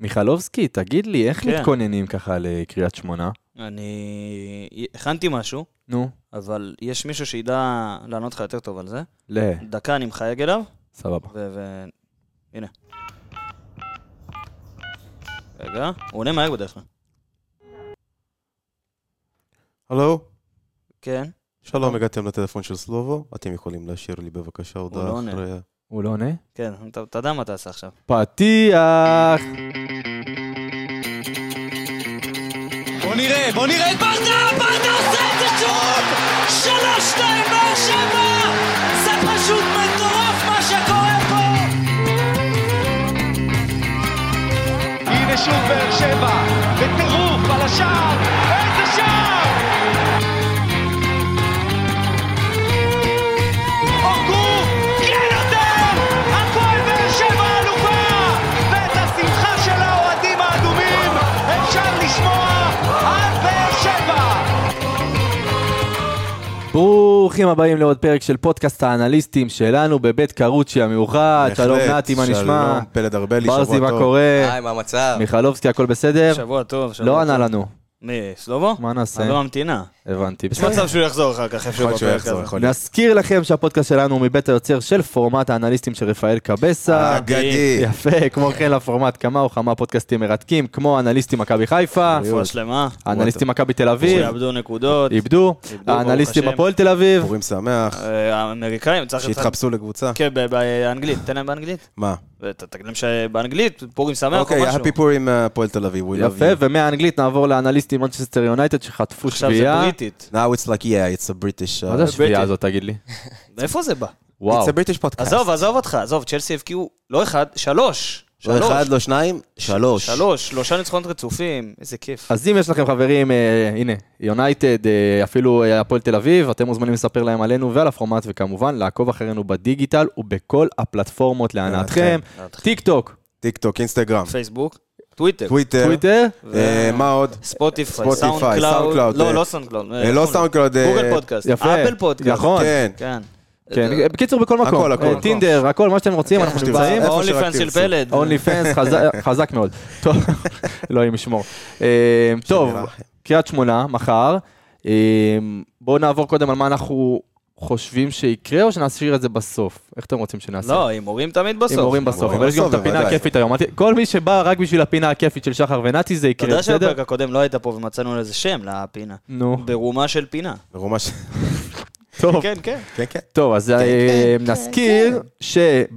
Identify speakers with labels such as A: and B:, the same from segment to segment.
A: מיכלובסקי, תגיד לי, איך
B: כן.
A: מתכוננים ככה לקריית שמונה?
B: אני הכנתי משהו,
A: נו,
B: אבל יש מישהו שידע לענות לך יותר טוב על זה.
A: ל...
B: דקה אני מחייג אליו,
A: סבבה.
B: ו... ו... הנה. רגע, הוא עונה מהר בדרך כלל.
C: הלו,
B: כן,
C: שלום, הגעתם לטלפון של סלובו, אתם יכולים להשאיר לי בבקשה
B: לא
C: הודעה
B: עונה.
C: אחרי... ה-
A: הוא לא עונה?
B: כן, אתה- אתה יודע מה תעשה עכשיו.
A: פתיח!
D: בוא נראה, בוא נראה את ברדה, ברדה עושה את זה שוב! שלוש, שתיים, באר שבע! זה פשוט מטורף מה שקורה פה!
E: הנה שוב באר שבע, בטירוף על השער, איזה שער! אורגו, כן נותן! הפועל באר שבע אלופה! ואת השמחה של האוהדים האדומים אפשר לשמוע עד באר שבע!
A: ברוכים הבאים לעוד פרק של פודקאסט האנליסטים שלנו בבית קרוצ'י המאוחד. שלום
C: בהחלט,
A: נתי, מה נשמע?
C: שלום, פלד ארבלי, שבוע טוב.
A: ברסי, מה קורה?
F: היי, מה המצב?
A: מיכלובסקי, הכל בסדר?
B: שבוע טוב, שבוע טוב.
A: לא ענה לנו,
B: מי, סלובו?
A: מה נעשה?
B: אני לא ממתינה.
A: הבנתי.
B: יש
A: בסדר.
B: מצב שהוא יחזור אחר כך, איפה
C: יכול להיות שהוא
B: בפרק
C: יחזור,
B: הזה.
C: יכול להיות.
A: נזכיר לכם שהפודקאסט שלנו הוא מבית היוצר של פורמט האנליסטים של רפאל
C: אה,
B: אה,
A: קבסה.
C: אגדי.
A: יפה, כמו כן לפורמט כמה או כמה פודקאסטים מרתקים, כמו אנליסטים מכבי חיפה,
B: רפואה שלמה,
A: האנליסטים מכבי תל אביב,
B: שיאבדו נקודות,
A: איבדו,
B: איבדו,
A: האנליסטים
B: ברוך השם.
A: הפועל תל אביב,
C: פורים שמח,
B: אה, האמריקאים, צריך...
C: שהתחפשו לקבוצה.
B: כן, ב- באנגלית, תן להם באנגלית.
C: מה? ות-
B: תגיד שבאנגלית, פורים שמח או
C: אוקיי,
B: משהו.
C: happy פורים אה, הפועל תל אביב, we love
A: יפה,
C: you.
A: ומהאנגלית נעבור לאנליסטים מנצ'סטר יונייטד שחטפו
B: עכשיו זה
A: שביעייה.
B: בריטית.
C: Now it's like, yeah, it's a British... uh,
A: מה זה השביעייה הזאת, תגיד לי?
B: מאיפה זה בא?
A: וואו.
C: It's a British podcast.
B: עזוב, עזוב אותך, עזוב, צ'לסי הבקיעו לא אחד, שלוש.
C: לא
B: שלוש.
C: אחד, לא שניים, שלוש.
B: שלוש, שלושה ניצחונות רצופים, איזה כיף.
A: אז אם יש לכם חברים, אה, הנה, יונייטד, אה, אפילו אה, הפועל תל אביב, אתם מוזמנים לספר להם עלינו ועל הפורמט, וכמובן, לעקוב אחרינו בדיגיטל ובכל הפלטפורמות להנאתכם. טיק טוק,
C: טיק טוק, אינסטגרם,
B: פייסבוק, טוויטר,
C: טוויטר.
A: טוויטר,
C: אה, מה עוד?
B: ספוטיפיי,
C: ספוטיפיי,
B: סאונד קלאוד,
C: סאונדקלאוד,
B: לא,
C: אה,
B: לא סאונד קלאוד,
C: אה, לא סאונדקלאוד, אה,
B: גוגל פודקאסט,
A: יפה.
B: אפל פודקאסט,
A: נכון.
C: כן.
B: כן,
A: כן, בקיצור בכל מקום,
C: הכל, הכל.
A: אה, טינדר, הכל, מה שאתם רוצים, אנחנו
C: שתרצה.
A: נמצאים,
C: איפה
B: אונלי
C: שרק
B: פאנס של
C: תרצו.
B: פלד,
A: אונלי פנס חזק מאוד, טוב, אלוהים ישמור. אה, טוב,
C: לכם.
A: קריית שמונה, מחר, אה, בואו נעבור קודם על מה אנחנו חושבים שיקרה, או שנשאיר את זה בסוף, איך אתם רוצים שנעשה?
B: לא, הימורים תמיד בסוף,
A: הימורים בסוף,
C: הימורים
A: אבל יש גם את
C: בסוף,
A: הפינה
C: בוודאי.
A: הכיפית היום. אמרתי, כל מי שבא רק בשביל הפינה הכיפית של שחר ונתי זה
B: אתה
A: יקרה, כן,
B: יודע
A: בסדר? אה.
B: שבפרק הקודם לא היית פה ומצאנו לזה שם לפינה,
A: נו,
B: ברומה של פינה,
C: מרומה ש...
A: טוב.
B: כן, כן,
C: כן, כן.
A: טוב, אז אה, נזכיר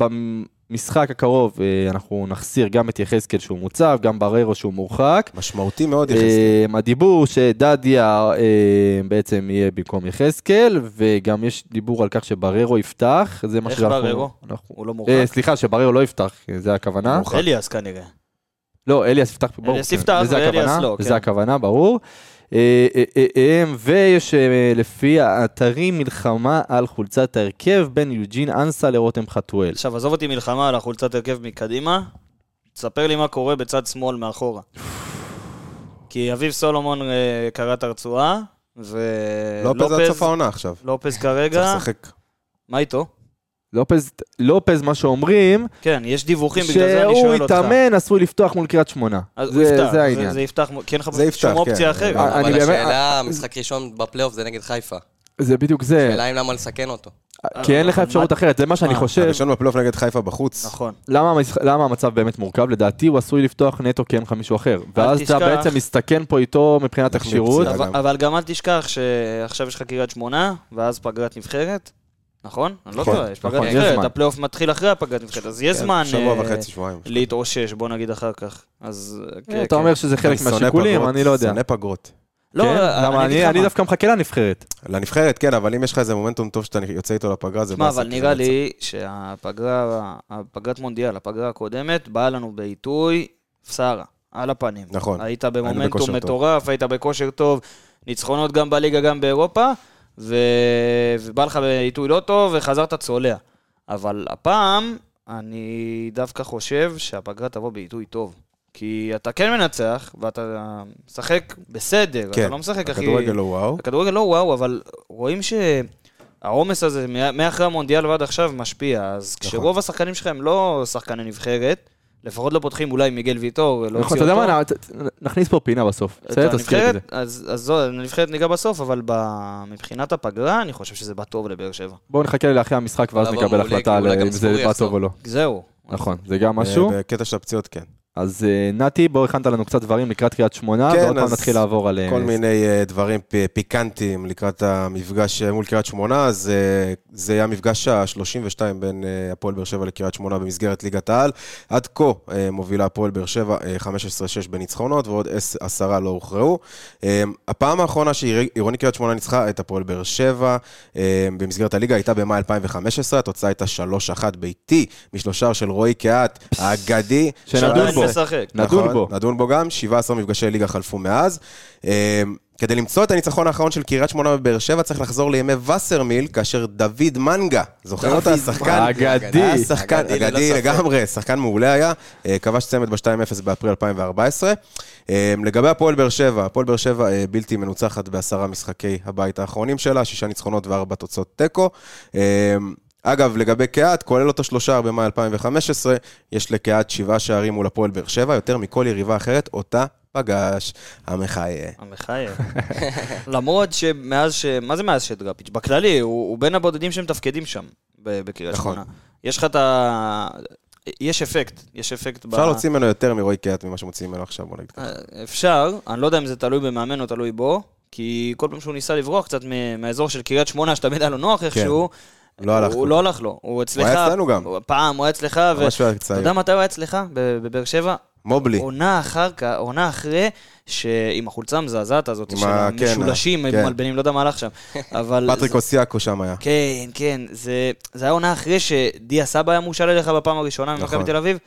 A: שבמשחק הקרוב אה, אנחנו נחסיר גם את יחזקאל שהוא מוצב, גם בררו שהוא מורחק.
C: משמעותי מאוד יחסית.
A: אה, הדיבור שדדיה אה, בעצם יהיה במקום יחזקאל, וגם יש דיבור על כך שבררו יפתח, זה מה
B: איך
A: שאנחנו...
B: בררו?
A: אנחנו-
B: הוא לא מורחק,
A: אה, סליחה, שבררו לא יפתח, אה, זה הכוונה.
B: אליאס כנראה,
A: לא, אליאס יפתח, ברור.
B: אליאס יפתח
A: לזה
B: ואליאס
A: הכוונה,
B: לא, כן.
A: לזה הכוונה, ברור. אה, אה, אה, אה, ויש אה, לפי האתרים מלחמה על חולצת ההרכב בין יוג'ין אנסה לרותם חתואל.
B: כן. עכשיו עזוב אותי מלחמה על החולצת הרכב מקדימה, תספר לי מה קורה בצד שמאל מאחורה. כי אביב סולומון אה, קרע את הרצועה,
C: לופז עד סוף
B: ולופז
C: העונה עכשיו.
B: לופז
C: צריך
B: כרגע,
C: לשחק.
B: מה איתו?
A: לופז, לופז, מה שאומרים,
B: כן, יש דיווחים, בגלל זה אני
A: שהוא
B: שואל אותך.
A: יתאמן, עשוי לפתוח מול קריית שמונה.
B: אז הוא
A: זה
B: יפתח,
A: זה העניין.
B: זה יפתח, כי אין לך
C: זה יפתח,
B: שום אופציה
C: כן.
B: אחרת.
A: אה, אני
F: אבל
A: באמת-
F: השאלה, משחק ראשון בפלייאוף זה נגד חיפה.
A: זה בדיוק זה,
F: השאלה אם למה לסכן אותו.
A: כי אין לך
B: אבל
A: אפשרות
B: מה-
A: אחרת, זה מה שאני
B: מה?
A: חושב.
C: הראשון בפלייאוף נגד חיפה בחוץ.
B: נכון.
A: למה המשח- למה המצב באמת מורכב? לדעתי הוא עשוי לפתוח נטו כי אין לך מישהו אחר. ואז אתה
B: תשכח.
A: בעצם מסתכן פה איתו מבחינת
C: אנחנו
A: הכשירות.
C: פציעה.
B: אבל-
C: גם.
B: אבל גם אל תשכח שעכשיו יש לך קריית שמונה, ואז פגרת נבחרת, נכון? אני לא
C: נכון,
B: טועה, יש פגרת
A: נכון, יש
B: נבחרת,
A: זמן.
B: הפלייאוף מתחיל אחרי הפגרת נבחרת, אז יש
C: כן,
B: זמן
C: שבוע
B: אה,
C: וחצי, שבועיים.
B: להתאושש, בוא נגיד אחר כך. אז... אה, כן,
A: אתה
B: כן.
A: אומר שזה חלק
C: אני שונא
A: מהשיקולים,
C: פגרות,
A: אני לא יודע.
C: שונא פגרות.
B: לא,
A: כן? למה
B: אגיד
A: אני,
B: לך
A: אני
B: מה.
A: דווקא מחכה לנבחרת.
C: לנבחרת, כן, אבל אם יש לך איזה מומנטום טוב שאתה יוצא איתו לפגרה, זה
B: תשמע,
C: באסה,
B: אבל
C: כי
B: נראה
C: זה יוצא.
B: לי שהפגרה, הפגרת מונדיאל, הפגרה הקודמת, באה לנו בעיתוי שרה, על הפנים.
C: נכון.
B: היית
C: בכושר
B: במומנטום
C: טוב.
B: מטורף, היית בכושר טוב, ניצחונות גם בליגה, גם באירופה, ו... ובא לך בעיתוי לא טוב, וחזרת צולע. אבל הפעם, אני דווקא חושב שהפגרה תבוא בעיתוי טוב. כי אתה כן מנצח, ואתה משחק בסדר,
C: כן,
B: אתה לא משחק הכי...
C: הכדורגל לא וואו.
B: הכדורגל לא וואו, אבל רואים שהעומס הזה,
A: נכון.
B: מה- מאחרי המונדיאל ועד עכשיו, משפיע. אז כשרוב השחקנים שלך הם לא שחקני נבחרת, לפחות לא פותחים אולי מיגל ויטור, לא
A: נכון,
B: הוציאו
A: אתה יודע
B: אותו. אה,
A: מה, נ- ת- נכניס פה פינה בסוף.
B: את
A: בסדר, תזכיר את זה.
B: הנבחרת, אז אז זו, הנבחרת ניגע בסוף, אבל ב- מבחינת הפגרה, אני חושב שזה בא טוב לבאר שבע.
A: בואו נחכה לאחרי המשחק ואז
F: אולי
A: נקבל
F: גם
A: החלטה על
F: ספורי
A: אם זה בא
F: יחזור.
A: טוב או לא.
B: זהו.
A: נכון, זה
C: אה,
A: גם משהו.
C: בקטע של הפציעות, כן.
A: אז אה, נתי, בוא הכנת לנו קצת דברים לקראת קריית שמונה,
C: כן,
A: ועוד פעם
C: אז
A: נתחיל לעבור על... אה,
C: כל מיני אה, דברים פ- פיקנטיים לקראת המפגש אה, מול קריית שמונה, אז אה, זה היה המפגש ה-32 בין אה, הפועל באר שבע לקריית שמונה במסגרת ליגת העל. עד כה אה, מובילה הפועל באר שבע אה, 15-6 בניצחונות, ועוד עש- עשרה לא הוכרעו. אה, הפעם האחרונה שעירוני קריית שמונה ניצחה את הפועל באר שבע אה, במסגרת הליגה הייתה במאי 2015, התוצאה הייתה 3-1 ביתי, משלושר של רועי קהת האגדי.
A: שנדון בו.
B: משחק.
A: נדון
C: נכון,
A: בו.
C: נדון בו גם, 17 מפגשי ליגה חלפו מאז. אה, כדי למצוא את הניצחון האחרון של קריית שמונה בבאר שבע, צריך לחזור לימי וסרמיל, כאשר דוד מנגה, זוכר אותו? השחקן?
A: אגדי.
C: היה שחקן
F: אגדי, ללא
C: אגדי לא
F: ספק.
C: לגמרי, שחקן מעולה היה, אה, כבש צמד ב-2-0 באפריל 2014. אה, לגבי הפועל באר שבע, הפועל באר שבע אה, בלתי מנוצחת בעשרה משחקי הבית האחרונים שלה, שישה ניצחונות וארבע תוצאות תיקו. אה, אגב, לגבי קהת, כולל אותו שלושה במאי 2015, יש לקהת שבעה שערים מול הפועל באר שבע, יותר מכל יריבה אחרת, אותה פגש המחיה.
B: המחייב. למרות שמאז ש... מה זה מאז שדראפיץ'? בכללי, הוא, הוא בין הבודדים שמתפקדים שם, ב- בקריית
C: נכון.
B: שמונה. יש לך את ה... יש אפקט, יש אפקט ב...
C: אפשר להוציא ממנו יותר מרועי קהת ממה שמוציאים ממנו עכשיו, בוא נגיד ככה.
B: אה, אפשר, אני לא יודע אם זה תלוי במאמן או תלוי בו, כי כל פעם שהוא ניסה לברוח קצת מ- מהאזור של קריית שמונה, שתמיד היה לו נוח איכשהו,
C: כן. לא הלך לו.
B: הוא לא הלך לו. הוא אצלך...
C: היה אצלנו גם.
B: הוא- פעם הוא היה אצלך, ו...
C: ממש הוא היה
B: אתה
C: צעיר.
B: יודע מתי הוא היה אצלך? ב- בבאר שבע?
C: מובלי.
B: עונה אחר כך, עונה אחרי, שעם החולצה המזעזעת הזאת,
C: עם
B: של
C: ה- כן,
B: המשולשים,
C: ה- כן.
B: מלבנים, לא יודע מה הלך שם. אבל...
C: פטריק אוסיאקו שם היה.
B: כן, כן, זה, זה היה עונה אחרי שדיה סבא היה מושל אליך בפעם הראשונה ממכבי
C: נכון.
B: תל אביב.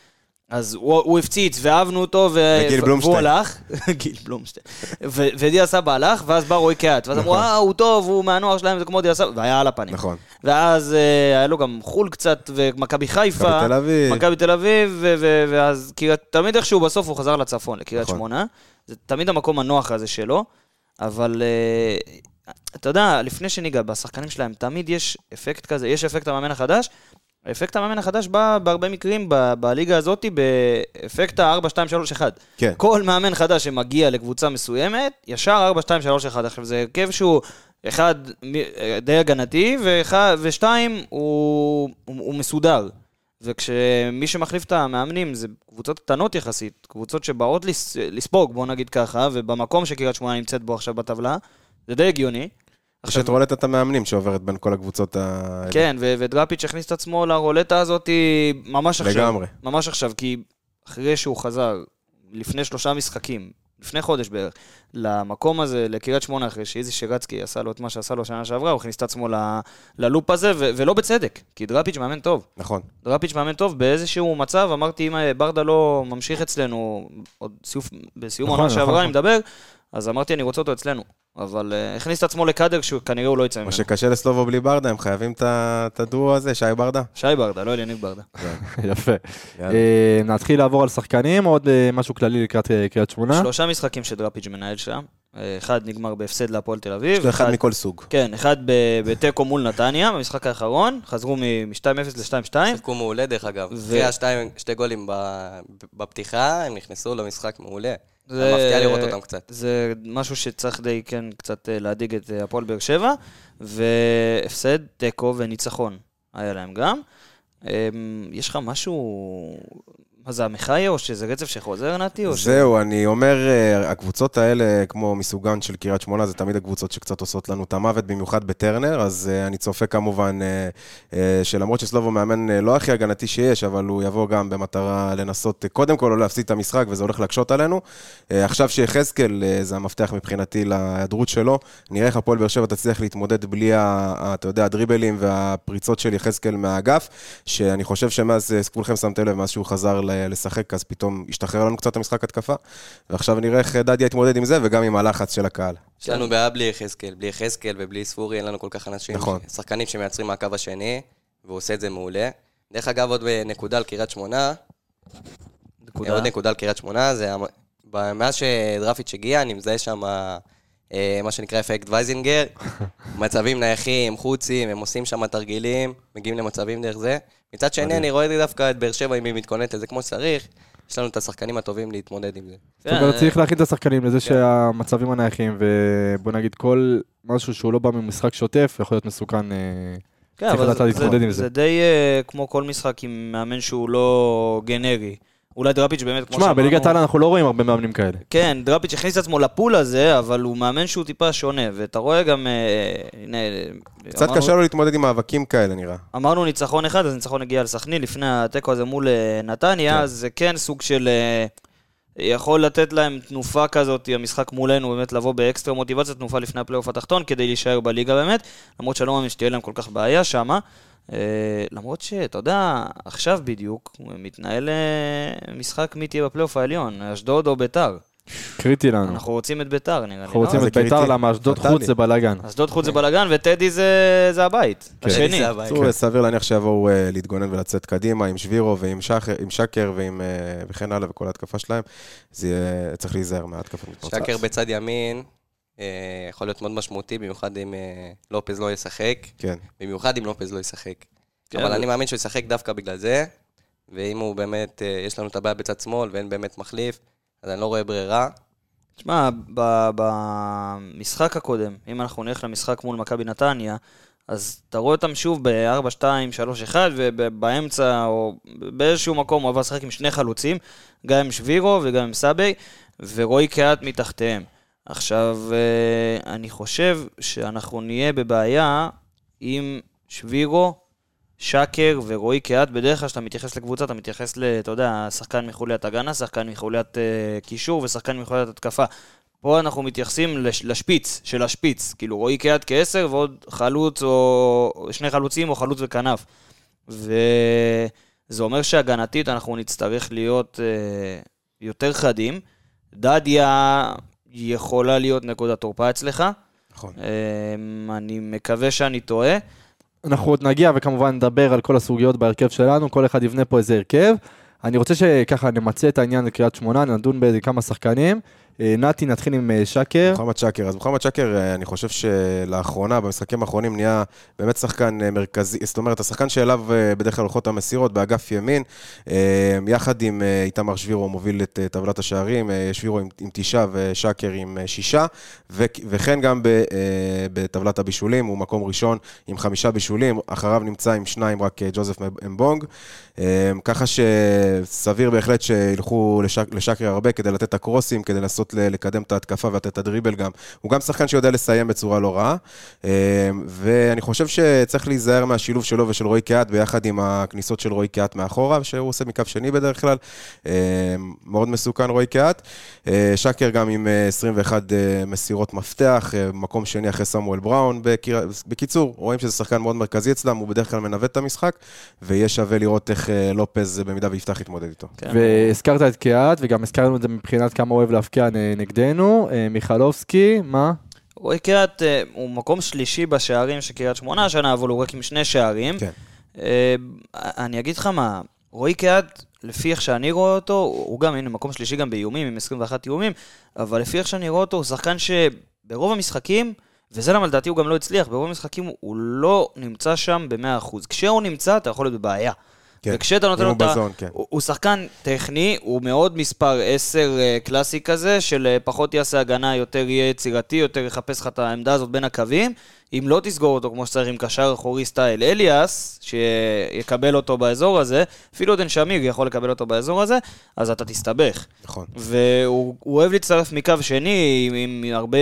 B: אז הוא, הוא הפציץ, ואהבנו אותו, ו...
C: וגיל
B: ו-
C: בלומשטיין.
B: והוא הלך, גיל בלומשטיין, ו- ודיה סבא הלך, ואז בא רועי קהת, ואז אמרו, אה, הוא טוב, הוא מהנוער שלהם, זה כמו דיה סבא, והיה על הפנים.
C: נכון.
B: ואז אה, היה לו גם חול קצת, ומכבי חיפה,
C: מכבי תל אביב.
B: מכבי תל אביב, ו- ו- ואז קריית, תמיד איכשהו בסוף הוא חזר לצפון, לקריית
C: נכון.
B: שמונה. זה תמיד המקום הנוח הזה שלו, אבל אה, אתה יודע, לפני שניגע בשחקנים שלהם, תמיד יש אפקט כזה, יש אפקט המאמן החדש. אפקט המאמן החדש בא בהרבה מקרים ב- בליגה הזאת באפקט ה-4-2-3-1.
C: כן.
B: כל מאמן חדש שמגיע לקבוצה מסוימת, ישר 4-2-3-1. עכשיו, זה הרכב שהוא, אחד, מ- אה, די הגנתי, ואחד- ושתיים, הוא, הוא, הוא מסודר. וכשמי שמחליף את המאמנים זה קבוצות קטנות יחסית, קבוצות שבאות לס... לספוג, בוא נגיד ככה, ובמקום שקריית שמונה נמצאת בו עכשיו בטבלה, זה די הגיוני.
C: יש את רולטת המאמנים שעוברת בין כל הקבוצות ה...
B: כן, ו- ודראפיץ' הכניס את עצמו לרולטה הזאת ממש עכשיו.
C: לגמרי.
B: ממש עכשיו, כי אחרי שהוא חזר, לפני שלושה משחקים, לפני חודש בערך, למקום הזה, לקריית שמונה, אחרי שאיזי שרצקי עשה לו את מה שעשה לו שנה שעברה, הוא הכניס את עצמו ל- ללופ הזה, ו- ולא בצדק, כי דראפיץ' מאמן טוב.
C: נכון.
B: דראפיץ' מאמן טוב, באיזשהו מצב אמרתי, אם אה, ברדה לא ממשיך אצלנו, עוד סיוף, בסיום
A: נכון,
B: העונה
A: נכון,
B: שעברה
A: נכון.
B: אני מדבר, אז אמרתי, אני רוצה אותו אצלנו. אבל אה, הכניס את עצמו לקאדר שכנראה הוא לא יצא ממנו.
C: מה שקשה לסלובו בלי ברדה, הם חייבים את ה- את הדואו הזה, שי ברדה.
B: שי ברדה, לא אליניב ברדה.
A: יפה.
C: יאללה.
A: אה, נתחיל לעבור על שחקנים, עוד אה, משהו כללי לקראת אה, קריית שמונה.
B: שלושה משחקים שדראפיג' מנהל שם. אה, אחד נגמר בהפסד להפועל תל אביב.
C: יש לו אחד מכל סוג.
B: כן, אחד ב- בתיקו מול נתניה, במשחק האחרון. חזרו מ-2-0 ל-2-2.
F: שיחקו מעולה דרך אגב.
B: ו-
F: אחרי השתיים- שתי גולים ב- בפתיחה, הם נכנסו למשחק מעולה.
B: זה-
F: זה מפתיע לראות אותם קצת.
B: זה משהו שצריך די, כן, קצת אה, להדאיג את אה, הפועל באר שבע. והפסד, תיקו וניצחון היה להם גם. אמ, יש לך משהו... מה זה, המחיה או שזה רצף שחוזר, נתי? או ש-
C: זהו, אני אומר, אה, הקבוצות האלה, כמו מסוגן של קריית שמונה, זה תמיד הקבוצות שקצת עושות לנו את המוות, במיוחד בטרנר, אז אה, אני צופה כמובן אה, אה, שלמרות שסלובו מאמן אה, לא הכי הגנתי שיש, אבל הוא יבוא גם במטרה לנסות, אה, קודם כל לא להפסיד את המשחק, וזה הולך להקשות עלינו. אה, עכשיו שיחזקאל, אה, זה המפתח מבחינתי להיעדרות שלו, נראה איך הפועל באר שבע תצליח להתמודד בלי, ה- ה- אתה יודע, הדריבלים והפריצות של יחזקאל מהאגף, שאני חושב שמאז, אה, כולכם שמתם לב, מאז שהוא חזר ל- לשחק, אז פתאום השתחרר לנו קצת המשחק התקפה, ועכשיו נראה איך אה, דדיה יתמודד עם זה, וגם עם הלחץ של הקהל.
F: יש לנו בעיה בלי יחזקאל. בלי יחזקאל ובלי ספורי, אין לנו כל כך אנשים,
C: נכון.
F: שחקנים שמייצרים מהקו השני, והוא עושה את זה מעולה. דרך אגב, עוד נקודה על קריית שמונה,
B: נקודה.
F: עוד נקודה על קריית שמונה, זה... המ- ב- מאז שדרפיץ' הגיע, אני מזהה שם אה, מה שנקרא אפקט וייזינגר. מצבים נייחים, חוצים, הם עושים שם תרגילים, מגיעים למצבים דרך זה. מצד שני, אני רואה דווקא את באר שבע, אם היא מתכוננת לזה כמו שצריך, יש לנו את השחקנים הטובים להתמודד עם זה.
A: זאת
B: כן.
A: אומרת,
B: אה,
A: צריך להכין את השחקנים לזה שהמצבים הנייחים, ובוא נגיד כל משהו שהוא לא בא ממשחק שוטף, יכול להיות מסוכן. אה,
B: כן,
A: צריך
B: אבל
A: לדעת
B: זה-
A: להתמודד
B: זה-
A: עם זה.
B: זה די אה, כמו כל משחק עם מאמן שהוא לא גנרי. אולי דראפיץ' באמת, כמו
A: תשמע, בליגת העל אנחנו לא רואים הרבה מאמנים כאלה.
B: כן, דראפיץ' הכניס את עצמו לפול הזה, אבל הוא מאמן שהוא טיפה שונה, ואתה רואה גם... אה, הנה,
C: קצת
B: אמרנו-
C: קשה לו להתמודד עם מאבקים כאלה, נראה.
B: אמרנו ניצחון אחד, אז ניצחון הגיע לסכנין לפני התיקו הזה מול אה, נתניה, אז זה כן סוג של... אה, יכול לתת להם תנופה כזאת, המשחק מולנו, באמת לבוא באקסטרה מוטיבציה, תנופה לפני הפלייאוף התחתון, כדי להישאר בליגה באמת, למרות שאני לא מאמין שתהיה להם כל כך בעיה שמה. אה, למרות שאתה יודע, עכשיו בדיוק מתנהל אה, משחק מי תהיה בפלייאוף העליון, אשדוד או ביתר.
A: קריטי לנו.
B: אנחנו רוצים את ביתר, נראה לי.
A: אה. אנחנו
B: לא?
A: רוצים
C: אה, זה
A: את ביתר,
C: קריטי.
A: למה אשדוד
C: פטאלי.
A: חוץ זה בלאגן.
B: אשדוד חוץ זה בלאגן, וטדי זה זה הבית.
A: כן.
B: השני.
F: זה הבעיה.
C: בקיצור, סביר להניח שיבואו אה, להתגונן ולצאת קדימה עם שבירו ועם שחר- עם שקר ועם, אה, וכן הלאה וכל ההתקפה שלהם. זה יהיה- צריך להיזהר מההתקפה מתפרצת.
F: שקר בצד ימין, אה, יכול להיות מאוד משמעותי, במיוחד אם אה, לופז לא ישחק.
C: כן.
F: במיוחד אם לופז לא ישחק.
B: כן,
F: אבל
B: אבל-
F: אני מאמין שהוא ישחק דווקא בגלל זה, ואם הוא באמת, אה, יש לנו את הבעיה בצד שמאל ואין באמת מחליף, אז אני לא רואה ברירה.
B: תשמע, ב- במשחק הקודם, אם אנחנו נלך למשחק מול מכבי נתניה, אז אתה רואה אותם שוב ב-4, 2, 3, 1, ובאמצע, או באיזשהו מקום, הוא עבר לשחק עם שני חלוצים, גם עם שבירו וגם עם סאבי, ורועי קהת מתחתיהם. עכשיו, אה, אני חושב שאנחנו נהיה בבעיה עם שבירו, שקר ורועי קהת. בדרך כלל כשאתה מתייחס לקבוצה, אתה מתייחס ל... אתה יודע, שחקן מחוליית הגנה, שחקן מחוליית אה, קישור ושחקן מחוליית התקפה. פה אנחנו מתייחסים לש, לשפיץ, של השפיץ. כאילו, רועי קהת כעשר ועוד חלוץ או שני חלוצים או חלוץ וכנף. וזה אומר שהגנתית אנחנו נצטרך להיות אה, יותר חדים. דדיה יכולה להיות נקודת תורפה אצלך.
C: נכון.
B: אה, אני מקווה שאני טועה.
A: אנחנו עוד נגיע וכמובן נדבר על כל הסוגיות בהרכב שלנו, כל אחד יבנה פה איזה הרכב. אני רוצה שככה נמצה את העניין לקריית שמונה, נדון באיזה כמה שחקנים. אה, נתי, נתחיל עם אה, שקר.
C: מוחמד שקר. אז מוחמד שקר, אה, אני חושב שלאחרונה, במשחקים האחרונים, נהיה באמת שחקן אה, מרכזי, זאת אומרת, השחקן שאליו אה, בדרך כלל הולכות המסירות באגף ימין, אה, יחד עם אה, איתמר שבירו מוביל את אה, טבלת השערים, אה, שבירו עם, עם תשעה ושקר עם אה, שישה, ו- וכן גם ב, אה, בטבלת הבישולים, הוא מקום ראשון עם חמישה בישולים, אחריו נמצא עם שניים רק אה, ג'וזף אמבונג, אה, ככה שסביר בהחלט שילכו לשק, לשקרי הרבה כדי לתת את הקרוסים, כדי לנסות ל- לקדם את ההתקפה ולתת את הדריבל גם. הוא גם שחקן שיודע לסיים בצורה לא רעה, אה, ואני חושב שצריך להיזהר מהשילוב שלו ושל רועי קהת ביחד עם הכניסות של רועי קהת מאחורה, שהוא עושה מקו שני בדרך כלל. אה, מאוד מסוכן רועי קהת. אה, שקר גם עם אה, 21 אה, מסירות מפתח, אה, מקום שני אחרי סמואל בראון. בקיר- בקיצור, רואים שזה שחקן מאוד מרכזי אצלם, הוא בדרך כלל מנווט את המשחק, ויהיה שווה לראות איך אה, לופז, אה, במידה ויפתח, יתמודד איתו.
A: כן. והזכרת את קיאט, וגם הזכרנו את זה מבחינת כמה הוא אוהב להבקיע נ- נגדנו. אה, מיכלובסקי, מה?
B: רועי קריית אה, הוא מקום שלישי בשערים של קריית שמונה השנה, אבל הוא רק עם שני שערים.
C: כן.
B: אה, אני אגיד לך מה, רועי קהת, לפי איך שאני רואה אותו, הוא הוא גם, הנה, מקום שלישי גם באיומים, עם 21 איומים, אבל לפי איך שאני רואה אותו, הוא שחקן שברוב המשחקים, וזה למה לדעתי הוא גם לא הצליח, ברוב המשחקים הוא לא נמצא שם ב-100%. כשהוא נמצא, אתה יכול להיות בבעיה.
C: כן.
B: וכשאתה נותן
C: אם
B: לו
C: הוא
B: את ה...
C: בזון, כן.
B: הוא הוא שחקן טכני, הוא מאוד מספר 10 אה, קלאסי כזה, של אה, פחות יעשה הגנה, יותר יהיה יצירתי, יותר יחפש לך את העמדה הזאת בין הקווים. אם לא תסגור אותו כמו שצריך עם קשר אחורי סטייל אליאס, שיקבל אותו באזור הזה, אפילו עודן שמיר יכול לקבל אותו באזור הזה, אז אתה תסתבך.
C: נכון.
B: והוא הוא אוהב להצטרף מקו שני, עם, עם הרבה,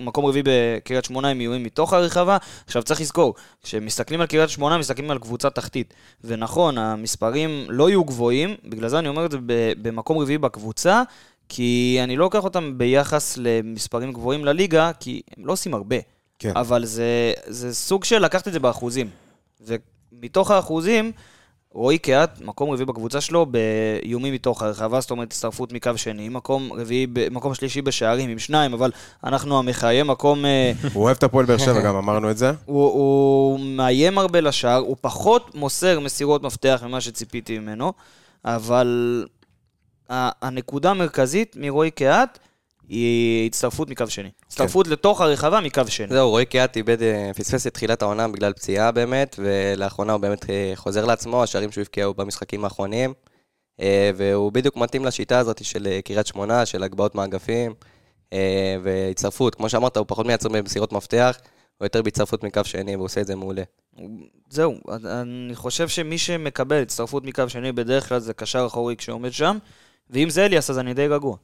B: מקום רביעי בקריית שמונה עם איומים מתוך הרחבה. עכשיו צריך לזכור, כשמסתכלים על קריית שמונה, מסתכלים על קבוצה תחתית. ונכון, המספרים לא יהיו גבוהים, בגלל זה אני אומר את זה ב- במקום רביעי בקבוצה, כי אני לא לוקח אותם ביחס למספרים גבוהים לליגה, כי הם לא עושים הרבה.
C: כן.
B: אבל זה, זה סוג של לקחת את זה באחוזים. ומתוך האחוזים, רועי קהת, מקום רביעי בקבוצה שלו, באיומים מתוך הרחבה, זאת אומרת הצטרפות מקו שני, מקום רביעי, ב- מקום שלישי בשערים עם שניים, אבל אנחנו המחיה, מקום... אה,
C: הוא אוהב את הפועל באר שבע גם, אמרנו את זה.
B: הוא, הוא מאיים הרבה לשער, הוא פחות מוסר מסירות מפתח ממה שציפיתי ממנו, אבל ה- הנקודה המרכזית מרועי קהת היא הצטרפות מקו שני. הצטרפות לתוך הרחבה מקו שני.
F: זהו, רועי קיאט איבד, אה, פספס את תחילת העונה בגלל פציעה באמת, ולאחרונה הוא באמת אה, חוזר לעצמו, השערים שהוא הבקיע הוא במשחקים האחרונים. אה, והוא בדיוק מתאים לשיטה הזאת של אה, קריית שמונה, של הגבהות מאגפים, אה, והצטרפות. כמו שאמרת, הוא פחות מייצר במסירות מפתח, הוא יותר בהצטרפות מקו שני, והוא עושה את זה מעולה.
B: זהו, אני חושב שמי שמקבל הצטרפות מקו שני בדרך כלל זה קשר אחורי כשעומד שם, ואם זה אליאס אז אני די רגוע.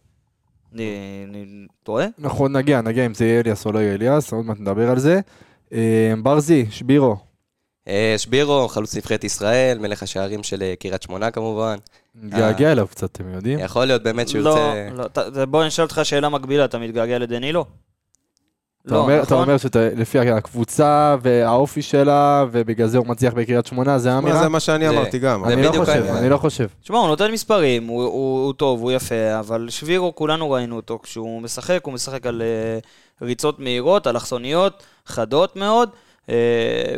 B: אני, אני טועה?
A: נכון, נגיע, נגיע אם זה יהיה אליאס או לא יהיה אליאס, עוד מעט נדבר על זה. אה, ברזי, שבירו,
F: אה, שבירו, חלוץ נבחרת ישראל, מלך השערים של אה, קריית שמונה כמובן.
A: נתגעגע אליו קצת, אתם יודעים?
F: יכול להיות באמת שהוא
B: לא,
F: ירצה...
B: לא, ת- זה- בוא אני אשאל אותך שאלה מקבילה, אתה מתגעגע לדנילו?
A: אתה
B: לא, נכון?
A: אומר- אתה אומר שלפי הקבוצה והאופי שלה, ובגלל זה הוא מצליח בקריית שמונה, זה
C: מה, זה
A: האמירה?
C: מה שאני
F: זה-
C: אמרתי גם.
A: אני לא
F: בדיוק
A: חושב,
F: העניין.
A: אני לא חושב.
B: תשמע, הוא נותן מספרים, הוא, הוא, הוא טוב, הוא יפה, אבל שבירו, כולנו ראינו אותו. כשהוא משחק, הוא משחק על uh, ריצות מהירות, אלכסוניות, חדות מאוד, uh,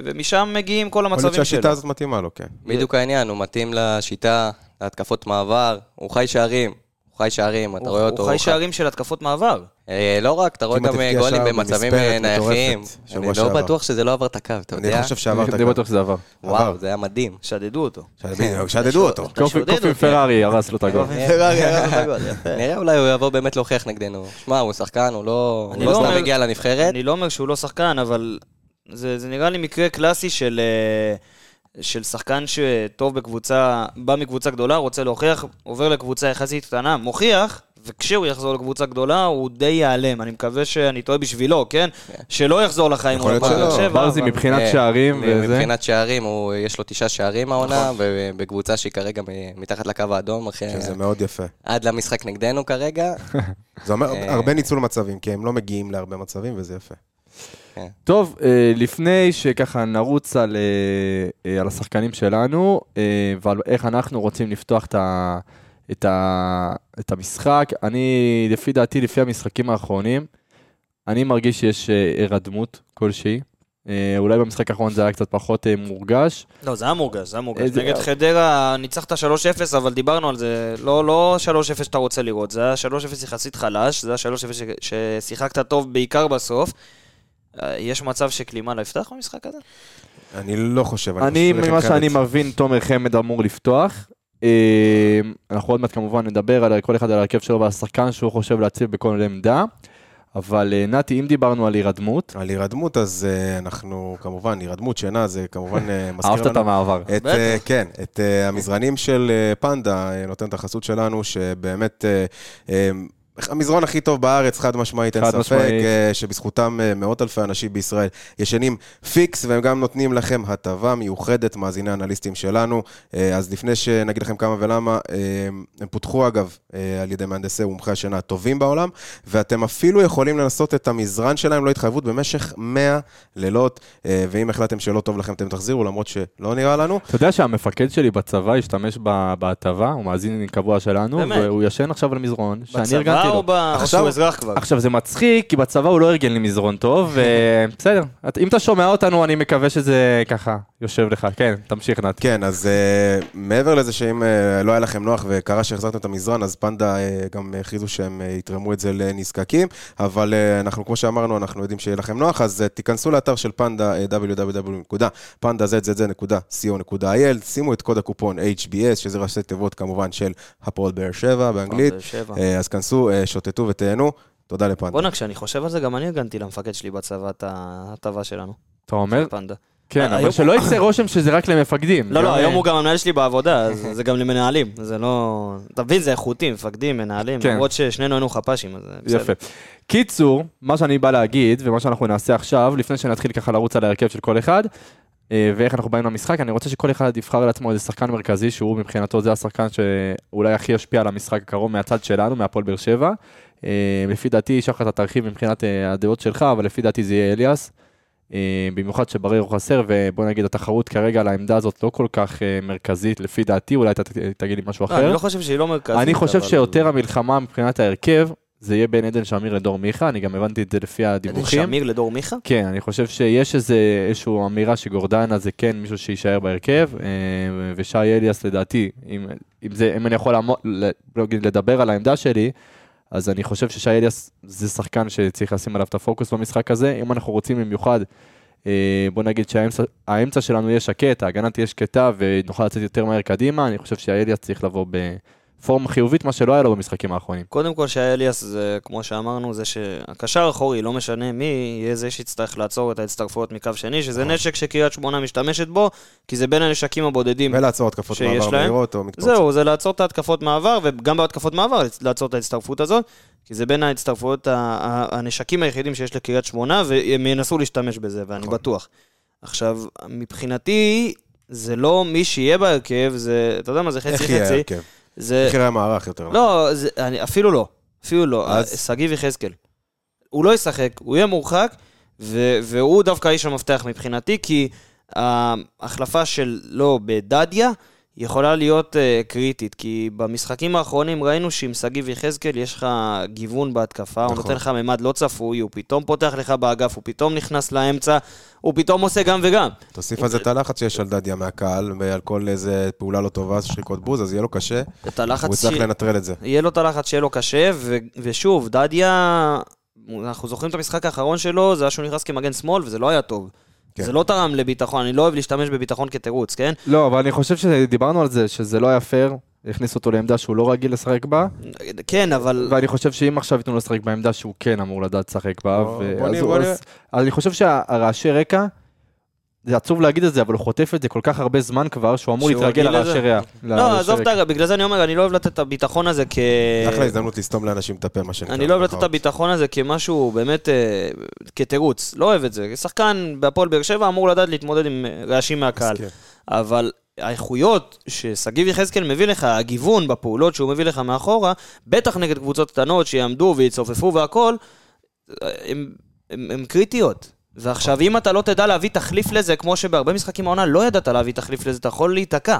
B: ומשם מגיעים כל
C: יכול להיות
B: המצבים שלו.
C: שהשיטה הזאת מתאימה לו, כן.
F: בדיוק העניין, הוא מתאים לשיטה, להתקפות מעבר, הוא חי שערים. הוא חי שערים, אתה
B: הוא,
F: רואה אותו.
B: הוא חי שערים של התקפות מעבר.
F: אה, לא רק, אתה רואה
C: כמעט
F: גם
C: הבקיע
F: גולים
C: שער
F: במצבים
C: במספרת
F: אה, נייחים.
C: מטורפת, שבוע
F: אני לא
C: שעבר.
F: בטוח שזה לא עבר את הקו, אתה
C: אני
F: יודע?
C: חושב שעברת
A: אני
C: גם.
A: בטוח שזה עבר.
C: עבר.
F: וואו, זה היה מדהים.
B: שדדו אותו.
C: בדיוק, שדדו אותו.
A: קופי
B: שודד
A: קופי
B: אותי.
A: פרארי הרס לו את הגול.
F: נראה אולי הוא יבוא באמת להוכיח נגדנו. שמע, הוא שחקן, הוא לא...
B: אני
F: הוא לא
B: לא
F: סתם
B: אומר-
F: הגיע לנבחרת.
B: אני לא אומר שהוא לא שחקן, אבל זה, זה נראה לי מקרה קלאסי של, אה, של שחקן שטוב בקבוצה, בא מקבוצה גדולה, רוצה להוכיח, עובר לקבוצה יחסית קטנה, מוכיח, וכשהוא יחזור לקבוצה גדולה, הוא די ייעלם. אני מקווה שאני טועה בשבילו, כן? שלא יחזור לחיים
C: יכול להיות
B: הפועל באר
C: שלא.
B: שבע,
A: ברזי
B: אבל-
A: מבחינת
F: אה,
A: שערים
F: מ-
A: וזה. נכון.
F: מבחינת שערים, הוא- יש לו תשעה שערים העונה, ובקבוצה שהיא כרגע מ- מתחת לקו האדום, אחרי...
C: שזה מאוד יפה.
F: עד למשחק נגדנו כרגע.
C: זה אומר
F: אה.
C: הרבה ניצול מצבים, כי הם לא מגיעים להרבה מצבים, וזה יפה.
A: טוב, אה, לפני שככה נרוץ על, אה, אה, על השחקנים שלנו אה, ועל איך אנחנו רוצים לפתוח את, ה, את, ה, את המשחק, אני, לפי דעתי, לפי המשחקים האחרונים, אני מרגיש שיש אה, הרדמות כלשהי. אה, אולי במשחק האחרון זה היה קצת פחות אה, מורגש.
B: לא, זה היה מורגש, זה היה מורגש.
A: איזה-
B: נגד חדרה ניצחת 3-0, אבל דיברנו על זה. לא, לא 3-0 שאתה רוצה לראות, זה היה 3-0 יחסית חלש, זה היה 3-0 ש- ששיחקת טוב בעיקר בסוף. אה, יש מצב שקלימאלה יפתח במשחק הזה?
C: אני לא חושב,
A: אני,
C: חושב
A: ממה
C: לקרקד
A: שאני
C: את זה.
A: מבין, תומר חמד אמור לפתוח. אה, אנחנו עוד מעט כמובן נדבר על כל אחד על ההרכב שלו ועל השחקן שהוא חושב להציב בכל עמדה. אבל אה, נתי, אם דיברנו על הירדמות,
C: על הירדמות, אז אה, אנחנו, כמובן, הירדמות שינה, זה כמובן אה, מזכיר לנו...
A: אהבת את המעבר.
C: את, אה, כן, את אה, המזרנים של אה, פנדה, אה, נותן את החסות שלנו, שבאמת... אה, אה, המזרון הכי טוב בארץ, חד משמעית, אין
A: חד
C: ספק,
A: משמעית.
C: אה, שבזכותם אה, מאות אלפי אנשים בישראל ישנים פיקס, והם גם נותנים לכם הטבה מיוחדת, מאזיני האנליסטים שלנו. אה, אז לפני שנגיד לכם כמה ולמה, אה, הם פותחו אגב אה, על ידי מהנדסי ומומחי השינה הטובים בעולם, ואתם אפילו יכולים לנסות את המזרן שלהם, לא התחייבות, במשך 100 לילות, אה, ואם החלטתם שלא טוב לכם, אתם תחזירו, למרות שלא נראה לנו.
A: אתה יודע שהמפקד שלי בצבא השתמש ב- בהטבה, הוא מאזין קבוע שלנו,
B: באמת?
A: והוא ישן עכשיו על מזרון, שאני
B: בצבא
A: ארגנתי
B: או
A: לו.
B: ב... או
A: עכשיו-
B: שהוא אזרח כבר?
A: עכשיו זה מצחיק, כי בצבא הוא לא ארגן לי מזרון טוב, ובסדר. אם אתה שומע אותנו, אני מקווה שזה ככה יושב לך. כן, תמשיך נתי.
C: כן, אז uh, מעבר לזה שאם uh, לא היה לכם נוח וקרה שהחזרתם את המזרן, אז פנדה uh, גם הכריזו שהם uh, יתרמו את זה לנזקקים, אבל uh, אנחנו, כמו שאמרנו, אנחנו יודעים שיהיה לכם נוח, אז uh, תיכנסו לאתר של פנדה, uh, www.pandazz.co.il, שימו את קוד הקופון HBS, שזה ראשי תיבות כמובן של הפועל באר שבע באנגלית,
B: באר שבע.
C: uh, אז כנסו, uh, שוטטו ותהנו, תודה לפנדה.
B: בואנה, כשאני חושב על זה, גם אני ארגנתי למפקד שלי בצבא את ההטבה שלנו,
A: אתה אומר?
B: פנדה.
A: כן, אבל
B: אה, היום-
A: שלא יצא רושם שזה רק למפקדים.
B: לא, לא,
A: גם,
B: היום
A: אה,
B: הוא גם המנהל שלי בעבודה, אז זה גם למנהלים. זה לא... אתה מבין, זה איכותי, מפקדים, מנהלים.
A: כן.
B: למרות ששנינו היינו חפ"שים, אז זה בסדר.
A: יפה. קיצור, מה שאני בא להגיד, ומה שאנחנו נעשה עכשיו, לפני שנתחיל ככה לרוץ על ההרכב של כל אחד, אה, ואיך אנחנו באים למשחק, אני רוצה שכל אחד יבחר לעצמו איזה שחקן מרכזי, שהוא מבחינתו זה השחקן שאולי הכי ישפיע על המשחק הקרוב מהצד שלנו, מהפועל באר שבע. אה, לפי דעתי, שחר, אתה תרחיב מבחינת אה, הדעות שלך, אבל לפי דעתי זה יהיה אליאס. אה, במיוחד שברר הוא חסר, ובוא נגיד התחרות כרגע על העמדה הזאת לא כל כך אה, מרכזית, לפי דעתי, אולי אתה ת- תגיד לי משהו
B: לא, אני
A: אחר.
B: לא חושב שהיא לא מרכזית.
A: אני חושב
B: אבל-
A: שיותר המלחמה מבחינת ההרכב, זה יהיה בין עדן שמיר לדור מיכה, אני גם הבנתי את זה לפי
B: עדן
A: הדיווחים.
B: שמיר לדור מיכה?
A: כן, אני חושב שיש איזה, איזושהי אמירה שגורדנה זה כן מישהו שיישאר בהרכב, אה, ושי אליאס לדעתי, אם, אם, זה, אם אני יכול לעמוד, ל- לא אגיד לדבר על העמדה שלי, אז אני חושב ששי אליאס זה שחקן שצריך לשים עליו את הפוקוס במשחק הזה, אם אנחנו רוצים במיוחד אה, בוא נגיד שהאמצע האמצע שלנו יהיה שקט, ההגנה תהיה שקטה ונוכל לצאת יותר מהר קדימה. אני חושב שהאליאס צריך לבוא בפורום חיובית, מה שלא היה לו במשחקים האחרונים.
B: קודם כל שהאליאס זה, כמו שאמרנו, זה שהקשר האחורי, לא משנה מי, יהיה זה שיצטרך לעצור את ההצטרפויות מקו שני, שזה
C: נכון.
B: נשק שקריית שמונה משתמשת בו, כי זה בין הנשקים הבודדים.
C: ולעצור התקפות
B: שיש
C: מעבר
B: להם.
C: מהירות או מתפרצות.
B: זהו, זה לעצור את ההתקפות מעבר, וגם בהתקפות מעבר לעצור את ההצטרפות הזאת, כי זה בין ההצטרפויות, ה- ה- הנשקים היחידים שיש לקריית שמונה, והם ינסו להשתמש בזה, ואני
C: נכון.
B: בטוח. עכשיו, מבחינתי, זה לא מי שיהיה בהרכב, זה, אתה יודע מה, זה
C: איך
B: חצי
C: יהיה
B: חצי.
C: ההרכב?
B: זה,
C: איך יראה המערך יותר? נכון.
B: לא, זה, אני, אפילו לא. אפילו לא.
C: אז?
B: שגיב יחזקאל. הוא לא ישחק, הוא יהיה מורחק, ו, והוא דווקא האיש המפתח מבחינתי, כי ההחלפה שלו בדדיה יכולה להיות uh, קריטית, כי במשחקים האחרונים ראינו שעם שגיב יחזקאל יש לך גיוון בהתקפה, נכון. הוא
C: נכון.
B: נותן לך ממד לא צפוי, הוא פתאום פותח לך באגף, הוא פתאום נכנס לאמצע, הוא פתאום עושה גם וגם.
C: תוסיף על זה את הלחץ שיש על דדיה מהקהל, ועל כל איזה פעולה לא טובה, שריקות בוז, אז יהיה לו קשה.
B: את הלחץ
C: הוא יצטרך לנטרל את זה.
B: יהיה לו את הלחץ שיהיה לו קשה, ו- ושוב, דדיה, אנחנו זוכרים את המשחק האחרון שלו, זה היה שהוא נכנס כמגן שמאל, וזה לא היה טוב.
C: כן.
B: זה לא תרם לביטחון, אני לא אוהב להשתמש בביטחון כתירוץ, כן?
A: לא, אבל אני חושב שדיברנו על זה, שזה לא היה פייר. הכניס אותו לעמדה שהוא לא רגיל לשחק בה,
B: כן, אבל...
A: ואני חושב שאם עכשיו ייתנו לו לשחק בעמדה שהוא כן אמור לדעת לשחק בה,
C: בוא-
A: ו-
C: בוא
A: אז
C: נראה,
A: הוא-
C: בוא נראה.
A: אז- אז אני חושב שהרעשי רקע, זה עצוב להגיד את זה, אבל הוא חוטף את זה כל כך הרבה זמן כבר, שהוא אמור
B: שהוא
A: להתרגל
B: רגיל
A: לרעשי
B: לזה.
A: רע.
B: לא, עזוב את ה... בגלל זה אני אומר, אני לא אוהב לתת את הביטחון הזה כ...
C: אחלה הזדמנות לסתום לאנשים את הפה, מה שנקרא.
B: אה,
C: נכון?
B: אני לא אוהב לתת את
C: במירכאות.
B: הביטחון הזה כמשהו באמת אה, כתירוץ, לא אוהב את זה. שחקן בהפועל באר שבע אמור לדעת להתמודד עם אה, רעשים מהקהל.
C: מסכים.
B: אבל האיכויות ששגיב יחזקאל מביא לך, הגיוון בפעולות שהוא מביא לך מאחורה, בטח נגד קבוצות קטנות שיעמדו ויצופפו והכול, הם, הם, הם קריטיות. ועכשיו, אם אתה לא תדע להביא תחליף לזה, כמו שבהרבה משחקים העונה לא ידעת להביא תחליף לזה, אתה יכול להיתקע.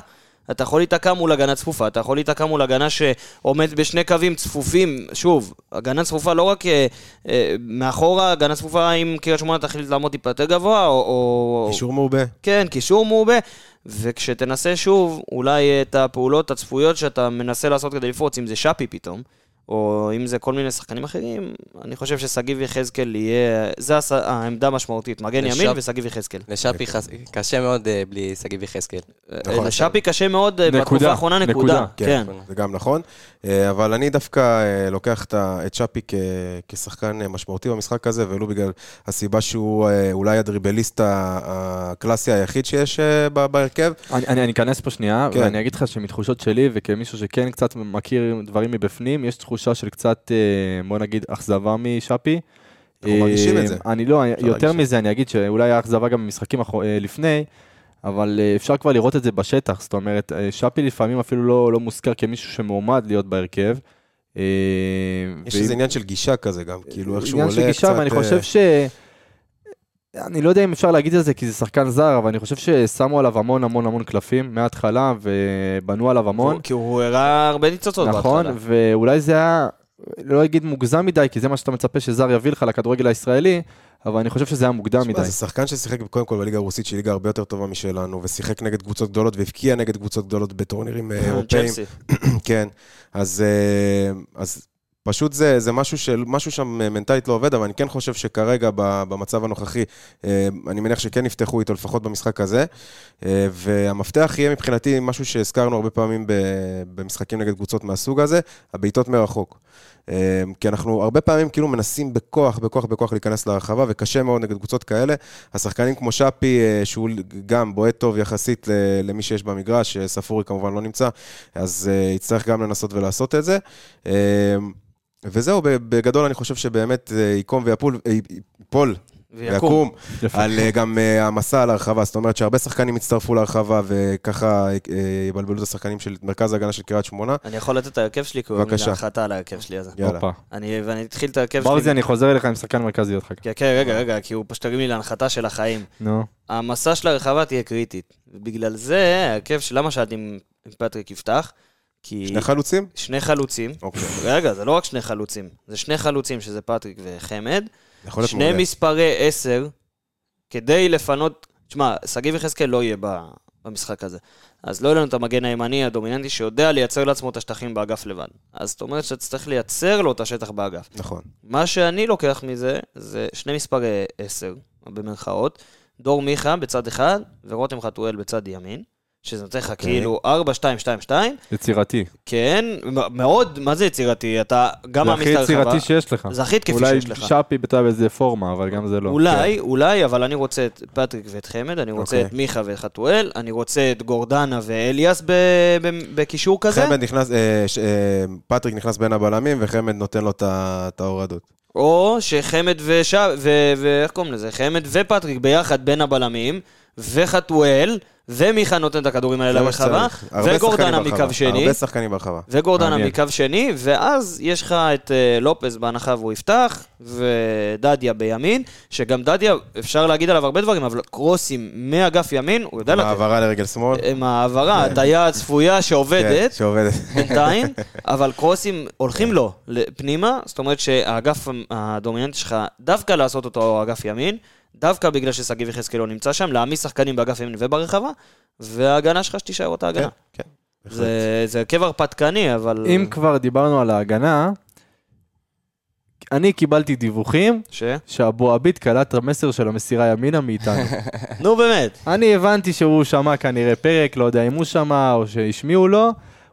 B: אתה יכול להיתקע מול הגנה צפופה, אתה יכול להיתקע מול הגנה שעומדת בשני קווים צפופים, שוב, הגנה צפופה לא רק אה, אה, מאחורה, הגנה צפופה אם קריית שמונה תחליט לעמוד טיפה יותר גבוה, או... או...
C: אישור מעובה.
B: כן, קישור מעובה, וכשתנסה שוב, אולי את הפעולות הצפויות שאתה מנסה לעשות כדי לפרוץ, אם זה שפי פתאום, או אם זה כל מיני שחקנים אחרים, אני חושב ששגיב יחזקאל יהיה... זה הס... אה, העמדה המשמעותית, מגן
F: לשפ-
B: ימין ושגיב יחזקאל.
F: לשאפי חס- קשה מאוד אה, בלי שגיב יחזקאל.
C: נכון.
B: לשפי אה, קשה מאוד אה,
A: נקודה,
B: בתקופה האחרונה, נקודה.
A: נקודה,
B: כן.
C: זה גם נכון. אה, אבל אני דווקא אה, לוקח את ה- את שפי כ- כשחקן אה, משמעותי במשחק הזה, ולו בגלל הסיבה שהוא אה, אולי הדריבליסט ה- הקלאסי היחיד שיש אה, ב- בהרכב.
A: אני, אני, אני אכנס פה שנייה,
C: כן.
A: כן. ואני אגיד לך שמתחושות שלי, וכמישהו שכן קצת מכיר דברים מבפנים, יש תחושה של קצת, אה, בוא נגיד, אכזבה משאפי.
C: אנחנו מרגישים
A: אה,
C: את זה.
A: אני לא, יותר
C: להרגיש.
A: מזה, אני אגיד שאולי היה אכזבה גם במשחקים אחו- אה, לפני, אבל אה, אפשר כבר לראות את זה בשטח. זאת אומרת, אה, שפי לפעמים אפילו לא, לא מוזכר כמישהו שמועמד להיות בהרכב. אה,
C: יש
A: ואם-
C: איזה עניין של גישה כזה גם, כאילו איך שהוא עולה
A: עניין
C: קצת...
A: של גישה, ואני
C: אה,
A: חושב ש... אני לא יודע אם אפשר להגיד את זה כי זה שחקן זר, אבל אני חושב ששמו עליו המון המון המון קלפים מההתחלה, ובנו עליו המון.
B: הוא- כי הוא הראה הרבה ניצוצות
A: נכון,
B: בהתחלה.
A: ואולי זה היה, לא אגיד מוגזם מדי, כי זה מה שאתה מצפה שזר יביא לך לכדורגל הישראלי, אבל אני חושב שזה היה מוקדם
C: תשמע,
A: מדי.
C: זה שחקן ששיחק קודם כל בליגה הרוסית, שהיא ליגה הרבה יותר טובה משלנו, ושיחק נגד קבוצות גדולות, והבקיע נגד קבוצות גדולות בטורנירים אה, אירופאיים.
B: צ'לסי.
C: כן, אז, אה, אז פשוט זה, זה משהו, של, משהו שם אה, מנטלית לא עובד, אבל אני כן חושב שכרגע ב- במצב הנוכחי, אה, אני מניח שכן יפתחו איתו לפחות במשחק הזה, אה, והמפתח יהיה מבחינתי משהו שהזכרנו הרבה פעמים ב- במשחקים נגד קבוצות מהסוג הזה, הבעיטות מרחוק. אה, כי אנחנו הרבה פעמים כאילו מנסים בכוח, בכוח, בכוח להיכנס לרחבה, וקשה מאוד נגד קבוצות כאלה. השחקנים כמו שפי, אה, שהוא גם בועט טוב יחסית ל- למי שיש במגרש, אה, ספורי כמובן לא נמצא, אז אה, יצטרך גם לנסות ולעשות את זה. אה, וזהו, ב- בגדול אני חושב שבאמת אה, ייקום ויפול, אה, ייפול,
B: ויקום.
C: ויקום, על אה, גם אה, המסע על הרחבה, זאת אומרת שהרבה שחקנים יצטרפו להרחבה וככה אה, יבלבלו את השחקנים של מרכז ההגנה של קריית שמונה.
B: אני יכול לתת את ההרכב שלי, כי הוא
C: בבקשה.
B: חטא על ההרכב שלי הזה.
C: יאללה.
A: הופה.
B: אני- ואני אתחיל את ההרכב שלי.
A: ברזי, אני חוזר אליך עם שחקן מרכזי אותך.
B: כן, כן, רגע, רגע, כי הוא פשוט הרים לי להנחתה של החיים.
A: נו.
B: המסע של הרחבה תהיה קריטית. ובגלל זה, ההרכב של... למה שאלתי אם אם פטריק יפתח? כי...
C: שני חלוצים?
B: שני חלוצים.
C: אוקיי.
B: רגע, זה לא רק שני חלוצים. זה שני חלוצים, שזה פטריק וחמד.
C: יכול להיות
B: שני
C: מעולה.
B: מספרי 10, כדי לפנות... תשמע, שגיב יחזקאל לא יהיה ב- במשחק הזה. אז לא יהיה לנו את המגן הימני הדומיננטי שיודע לייצר לעצמו את השטחים באגף לבד. אז זאת אומרת שאתה צריך לייצר לו את השטח באגף.
C: נכון.
B: מה שאני לוקח מזה, זה שני מספרי 10, במרכאות, דור מיכה בצד אחד, ורותם חתואל בצד ימין, שזה נותן לך
C: אוקיי.
B: כאילו 4, 2, 2, 2,
A: יצירתי.
B: כן, מ- מאוד, מה זה יצירתי? אתה גם
A: זה הכי
B: מעמיס את הרחבה.
A: יצירתי שיש לך.
B: זה הכי התקפי
A: אולי
B: שיש לך.
A: שפי בטח באיזה פורמה, אבל גם זה לא.
B: אולי, כן. אולי, אבל אני רוצה את פטריק ואת חמד, אני רוצה
C: אוקיי.
B: את מיכה ואת חתואל, אני רוצה את גורדנה ואליאס ב- ב- בקישור כזה,
C: חמד נכנס, אה, ש- אה, פטריק נכנס בין הבלמים, וחמד נותן לו את ה- את ההורדות.
B: או שחמד וש... ו... ואיך קוראים לזה? חמד ופטריק ביחד בין הבלמים, וחתואל, ומיכה נותן את הכדורים האלה
C: זה מה
B: לרחבה,
C: שצריך. הרבה
B: וגורדנה
C: שחקנים
B: מקו
C: ברחבה,
B: שני,
C: הרבה שחקנים ברחבה.
B: וגורדנה
A: מעניין.
B: מקו שני, ואז יש לך את אה, לופס בהנחה והוא יפתח, ודדיה בימין, שגם דדיה, אפשר להגיד עליו הרבה דברים, אבל קרוסים מאגף ימין, הוא יודע לתת.
C: העברה לרגל שמאל.
B: עם ההעברה, הטיה הצפויה
C: כן,
B: שעובדת,
C: שעובדת.
B: בינתיים, אבל קרוסים הולכים לו פנימה, זאת אומרת שהאגף הדומיננטי שלך, דווקא לעשות אותו אגף ימין, דווקא בגלל ששגיב יחזקאל לא נמצא שם, להעמיס שחקנים באגף ימין וברחבה, וההגנה שלך שתישאר אותה הגנה.
C: כן, כן,
B: זה זה הרכב הרפתקני, אבל...
A: אם כבר דיברנו על ההגנה, אני קיבלתי דיווחים
B: ש?
A: שאבו עביד קלט המסר של המסירה ימינה מאיתנו.
B: נו באמת.
A: אני הבנתי שהוא שמע כנראה פרק, לא יודע אם הוא שמע או שהשמיעו לו,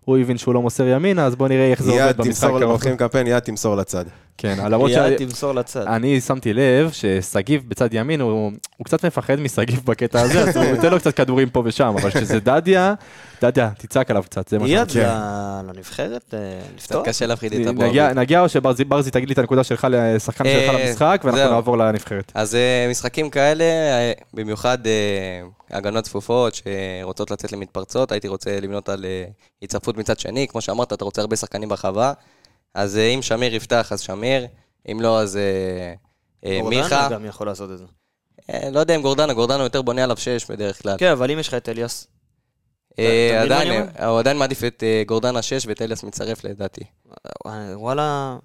A: הוא הבין שהוא לא מוסר ימינה, אז בוא נראה איך זה עובד
C: יד
A: במשחק
C: תמסור,
A: קרוב.
C: לוקחים קמפיין, יד תמסור לצד.
A: כן, למרות אה,
B: יד
A: ש...
B: תמסור לצד.
A: אני שמתי לב ששגיב בצד ימין, הוא, הוא קצת מפחד משגיב בקטע הזה, אז הוא נותן לו קצת כדורים פה ושם, אבל כשזה דדיה, דדיה, תצעק עליו קצת, זה מה
B: יד
A: שאני כן.
B: ל- לנבחרת אה, לפתוח?
F: קצת קשה להפחיד את
A: רוצה.
F: אבו
A: נגיע-
F: עביד.
A: נגיע או שברזי ברזי תגיד לי את הנקודה שלך לשחקן
F: אה,
A: שלך למשחק, ואנחנו
F: זהו.
A: נעבור לנבחרת.
F: אז אה, משחקים כאלה, אה, במיוחד אה, הגנות צפופות שרוצות לצאת למתפרצות, הייתי רוצה לבנות על אה, הצטרפות מצד שני. כמו שאמרת, אתה רוצה הרבה שחקנים ברחבה, אז אה, אם שמיר יפתח, אז שמיר, אם לא, אז אה, אה,
B: גורדנה
F: מיכה.
B: גם יכול לעשות את זה.
F: אה, לא יודע אם גורדנה, גורדנה יותר בונה עליו שש בדרך כלל.
B: כן, אבל אם יש לך את אליאס,
F: אה,
B: אתה מבין מה אני
F: עדיין, הוא עדיין מעדיף את אה, גורדנה 6 ואת אליאס מצטרף לדעתי.
B: אה, וואלה,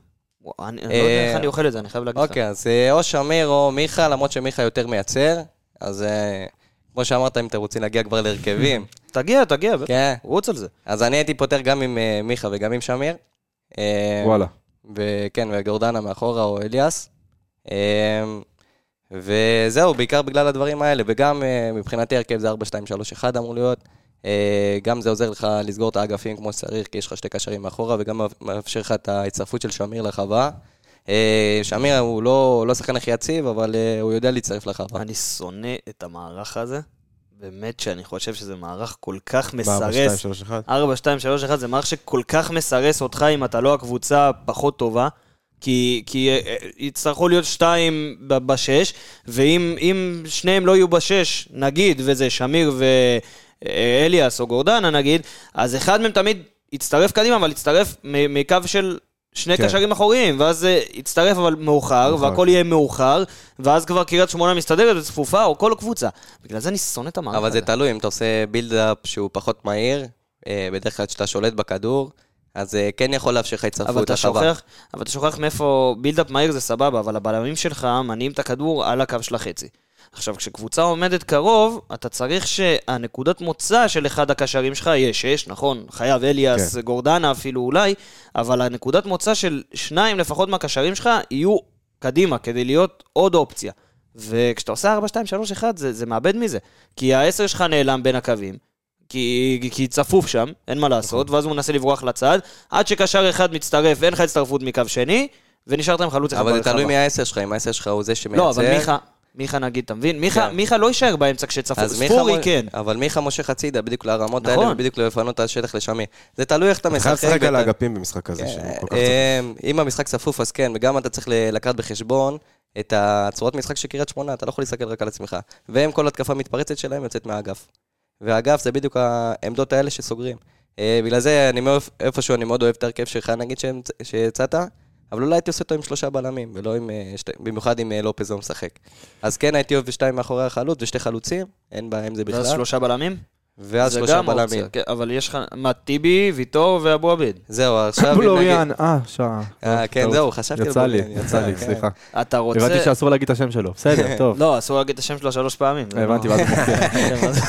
B: אני אני לא יודע איך
F: אה,
B: אני אוכל את זה, אני חייב להגיד לך.
F: אוקיי, אז אה, או שמיר או מיכה, למרות שמיכה יותר מייצר, אז אה, כמו שאמרת, אם אתם רוצים להגיע כבר להרכבים,
B: תגיע, תגיע, בטח.
F: כן.
B: רוץ על זה.
F: אז אני הייתי פותר גם עם אה, מיכה וגם עם שמיר. אה,
A: וואלה.
F: וכן, וגורדנה מאחורה או אליאס. אה, וזהו, בעיקר בגלל הדברים האלה, וגם אה, מבחינתי הרכב זה 4-2-3-1 אמור להיות. אה, גם זה עוזר לך לסגור את האגפים כמו שצריך, כי יש לך שתי קשרים מאחורה, וגם מאפשר לך את ההצטרפות של שמיר לחווה. אה, שמיר הוא לא לא השחקן הכי יציב, אבל אה, הוא יודע להצטרף לחווה.
B: אני שונא את המערך הזה. באמת שאני חושב שזה מערך כל כך
C: בארבע, שתיים,
B: מסרס.
C: שלוש, אחד.
B: 4, 2, 3, 1 זה מערך שכל כך מסרס אותך אם אתה לא הקבוצה הפחות טובה. כי, כי אה, אה, יצטרכו להיות שתיים ב- בשש, ואם אם שניהם לא יהיו בשש, נגיד, וזה שמיר ואליאס או גורדנה נגיד, אז אחד מהם תמיד יצטרף קדימה, אבל יצטרף מ- מקו של שני
C: כן.
B: קשרים אחוריים, ואז אה, יצטרף אבל מאוחר,
C: מאוחר.
B: והכל יהיה מאוחר, ואז כבר קריית שמונה מסתדרת וצפופה, או כל קבוצה. בגלל זה אני שונא את המערכת.
F: אבל זה תלוי, אם אתה עושה בילדאפ שהוא פחות מהיר, אה, בדרך כלל כשאתה שולט בכדור, אז אה, כן יכול לאפשר לך הצטרפות
B: אבל
F: לחווה.
B: אתה שוכח, אבל אתה שוכח מאיפה בילדאפ מהיר זה סבבה, אבל הבלמים שלך מניעים את הכדור על הקו של החצי. עכשיו, כשקבוצה עומדת קרוב, אתה צריך שהנקודת מוצא של אחד הקשרים שלך יהיה שש, נכון, חייב אליאס, כן. גורדנה אפילו אולי, אבל הנקודת מוצא של שניים לפחות מהקשרים שלך יהיו קדימה, כדי להיות עוד אופציה. וכשאתה עושה 4, 2, 3, 1, זה, זה מאבד מזה. כי העשר שלך נעלם בין הקווים, כי, כי צפוף שם, אין מה
F: נכון.
B: לעשות, ואז הוא מנסה לברוח לצד, עד שקשר אחד מצטרף, אין לך הצטרפות מקו שני, ונשארת עם חלוץ אחד
F: אבל זה
B: ברחבה.
F: תלוי מי העשר שלך, אם העשר שלך הוא זה שמייצר.
B: לא, אבל מיכה, מיכה נגיד, אתה מבין? מיכה,
F: כן.
B: מיכה לא יישאר באמצע כשצפוף,
F: אז מיכה אה,
B: ספורי
F: מוש-
B: כן.
F: אבל מיכה מושך הצידה בדיוק לרמות האלה,
B: נכון.
F: ובדיוק לפנות את השטח לשמיר. זה תלוי איך אתה
C: אתה חייב
F: משחק.
C: לשחק על
F: ואתה-
C: האגפים במשחק
B: אה,
C: הזה, שהוא כל כך צפוף.
F: אמ, אם המשחק צפוף, אז כן, וגם אתה צריך ל- לקחת בחשבון את הצורת משחק של קריית שמונה, אתה לא יכול להסתכל רק על עצמך. והם, כל התקפה מתפרצת שלהם יוצאת מהאגף. והאגף זה בדיוק העמדות האלה שסוגרים. אה, בגלל זה, אני מאוד- איפשהו, אני מאוד אוהב את ההרכב שלך, נגיד שהמצ- שהצעת, אבל אולי הייתי עושה אותו עם שלושה בלמים, ולא עם... אה, שתי- במיוחד אם אה, לופז לא משחק. אז כן, הייתי אוהב שתיים מאחורי החלוץ ושתי חלוצים, אין בעיה עם זה
B: ואז
F: בכלל.
B: שלושה בלמים?
F: ואז
B: זה
F: שלושה
B: גם אופציה,
F: בלמים.
B: כן, אבל יש לך, מה, טיבי, ויטור ואבו עביד.
F: זהו, עכשיו... אם נגיד-
A: בלוריאן, אה, שעה.
F: אה, כן,
A: טעות.
F: זהו, חשבתי... על
A: יצא לי,
F: בלוריאן,
A: יצא לי,
F: כן.
A: סליחה.
B: אתה רוצה...
A: הבנתי שאסור להגיד את השם שלו, בסדר, טוב.
B: לא, אסור להגיד את השם שלו שלוש פעמים. זה
A: הבנתי,
B: לא-
A: ואז הוא מופיע.
B: כן, ואז-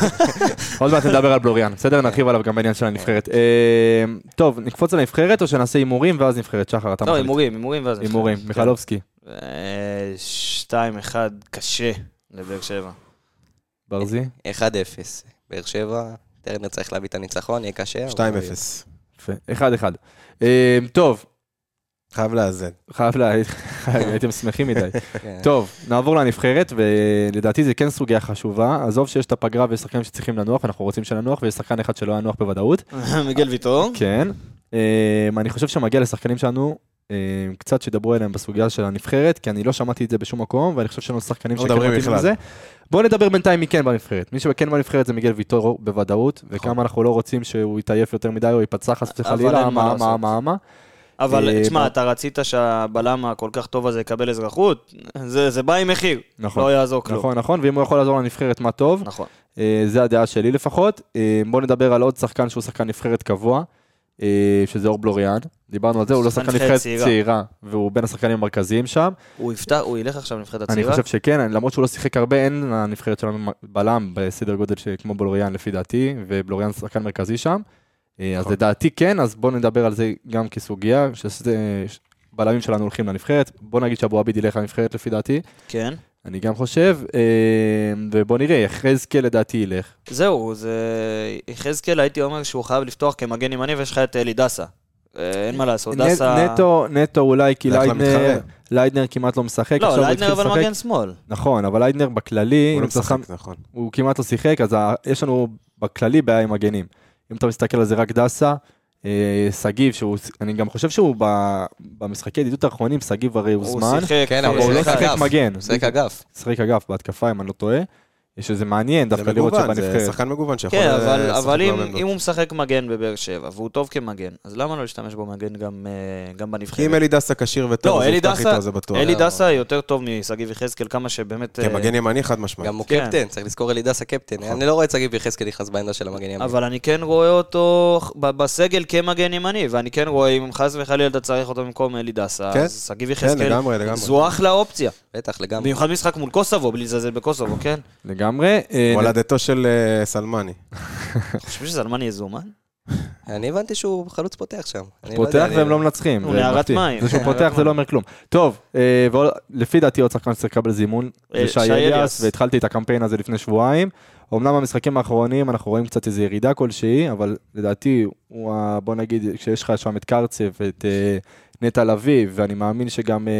A: עוד מעט נדבר על בלוריאן, בסדר? נרחיב עליו גם בעניין של הנבחרת. אה, טוב, נקפוץ לנבחרת או שנעשה הימורים ואז נבחרת? שחר, אתה
B: לא,
A: מחליט.
B: הימורים, הימורים ואז... כן. אה,
A: הימורים,
F: כן.
A: מיכלובסקי.
B: 2-1 קשה לבאר שבע.
A: ברזי?
F: 1-0. באר שבע, טרנר צריך להביא את הניצחון, יהיה קשה.
B: אה,
F: אבל
C: 2-0.
A: יפה. אחד אחד. אה, טוב,
C: חייב לאזן.
B: אה,
A: חייב לה... הייתם שמחים מדי.
F: כן.
A: טוב, נעבור לנבחרת, ולדעתי זה כן סוגיה חשובה. עזוב שיש את הפגרה ויש שחקנים שצריכים לנוח, אנחנו רוצים שננוח, ויש שחקן אחד שלא ינוח בוודאות.
B: מיגל ויטור.
A: כן. אה, אני חושב שמגיע לשחקנים שלנו, אה, קצת שידברו אליהם בסוגיה של הנבחרת, כי אני לא שמעתי את זה בשום מקום, ואני חושב שיש לנו שחקנים
C: לא מדברים
A: מתאימים
C: בכלל.
A: בואו נדבר בינתיים מי כן בנבחרת. מי שכן בנבחרת זה מיגל ויטור בוודאות, וכמה אנחנו לא רוצים שהוא יתעייף יותר מדי או ייפצע חס
B: נכון. אבל
A: וחלילה,
B: אין מה
A: מה,
B: לעשות.
A: מה, מה, מה. אה,
B: אבל
A: מה-
B: תשמע, אתה רצית שהבלם הכל כך טוב הזה יקבל אזרחות? זה זה בא עם מחיר.
A: נכון.
B: לא יעזור כלום.
A: נכון, נכון, ואם הוא יכול לעזור לנבחרת, מה טוב.
B: נכון.
A: אה, זה הדעה שלי לפחות. אה, בואו נדבר על עוד שחקן שהוא שחקן נבחרת קבוע, אה, שזה אור בלוריאן. דיברנו על זה, הוא לא
B: שחקן
A: שחקן
B: נבחרת
A: נבחרת
B: צעירה.
A: צעירה, והוא בין השחקנים המרכזיים שם.
B: הוא יפתח, הוא ילך עכשיו לנבחרת
A: אני
B: הצעירה?
A: חושב שכן, אני- למרות שהוא לא שיחק הרבה, אין לנבחרת שלנו בלם בסדר גודל ש- כמו בלוריאן לפי דעתי, ובלוריאן שחקן מרכזי שם. אה,
B: נכון.
A: אז לדעתי כן, אז בואו נדבר על זה גם כסוגיה, שזה... ש- בלמים שלנו הולכים לנבחרת, בוא נגיד שאבו עביד ילך לנבחרת לפי דעתי,
B: כן.
A: אני גם חושב, אה, ובוא נראה, יחזקאל לדעתי ילך.
B: זהו, זה... יחזקאל, הייתי אומר שהוא חייב לפתוח כמגן ימני, ויש לך את אלי דסה. אה, אין מה לעשות,
A: נ-
B: דסה...
A: נטו, נטו אולי כי
C: זה אחלה
A: ליידנר,
C: מתחרה.
A: ליידנר כמעט לא משחק,
B: לא,
A: עכשיו הוא
B: ליידנר
A: התחיל
B: אבל
A: לשחק.
B: מגן שמאל.
A: נכון, אבל ליידנר בכללי,
C: הוא
A: אם
C: לא
A: אתה
C: משחק,
A: שם-
C: נכון.
A: הוא כמעט לא שיחק, אז ה- יש לנו בכללי בעיה עם מגנים. אם אתה מסתכל על זה רק דסה, אה, שגיב, שהוא- אני גם חושב שהוא ב- במשחקי ידידות האחרונים, שגיב הרי הוא
B: הוא
A: זמן,
B: שיחק...
F: כן, אבל
B: אה,
A: הוא לא
F: שיחק
A: שיחק
F: אגף.
A: מגן,
F: משחק אגף.
A: שיחק אגף בהתקפה, אם אני לא טועה, שזה מעניין
C: זה
A: דווקא לראות
C: מגוון, זה
A: שבנבחרת.
C: שחקן מגוון שיכול...
A: נכון,
B: כן,
C: אה,
B: אבל,
C: לשחק
B: אבל
C: בהרבה
B: אם,
C: עמדות.
B: אם הוא משחק מגן בבאר שבע, והוא טוב כמגן, אז למה לא להשתמש בו מגן גם, אה, גם
C: כי אם
B: בנבחרת?
C: אלי דסה כשיר וטוב,
B: לא,
C: אז הוא
B: אלי
C: יפתח
B: דסה,
C: איתו, זה בטוח.
B: אלי דסה יותר טוב משגיב יחזקאל, כמה שבאמת... אה,
C: כמגן ימני חד משמעית.
F: גם הוא
B: כן.
F: קפטן, צריך לזכור אלידס הקפטן. אני לא רואה את שגיב יחזקאל נכנס בעמדה של המגן ימין.
B: אבל אני כן רואה אותו ב- בסגל כמגן ימני, ואני כן רואה אם חס וחלילה אתה צריך אותו במקום אלי דסה,
C: כן.
B: אז שגיב
C: כן,
B: יחזקאל,
C: לגמרי, לגמרי.
B: זו אחלה אופציה.
F: בטח, לגמרי.
B: במיוחד משחק מול קוסובו, בלי לזלזל בקוסובו, כן?
A: לגמרי. אה,
C: הולדתו של אה, סלמני.
B: אתה חושב שזלמן יזומן?
F: אני הבנתי שהוא חלוץ פותח שם. אני לא יודע,
A: פותח
F: אני-
A: והם לא מנצחים.
B: הוא
A: זה
B: נערת
A: מפתיע.
B: מים.
A: זה שהוא
B: נערת
A: פותח זה
B: מים.
A: לא אומר כלום. טוב, אה, ועוד- לפי דעתי עוד שחקן שצריך לקבל זימון,
B: אה,
A: זה שי
B: שי אליאס.
A: אליאס, והתחלתי את הקמפיין הזה לפני שבועיים. אמנם במשחקים האחרונים אנחנו רואים קצת איזו ירידה כלשהי, אבל לדעתי, הוא ה- בוא נגיד, כשיש לך שם את קרצב ואת אה, נטע לביא, ואני מאמין שגם אה,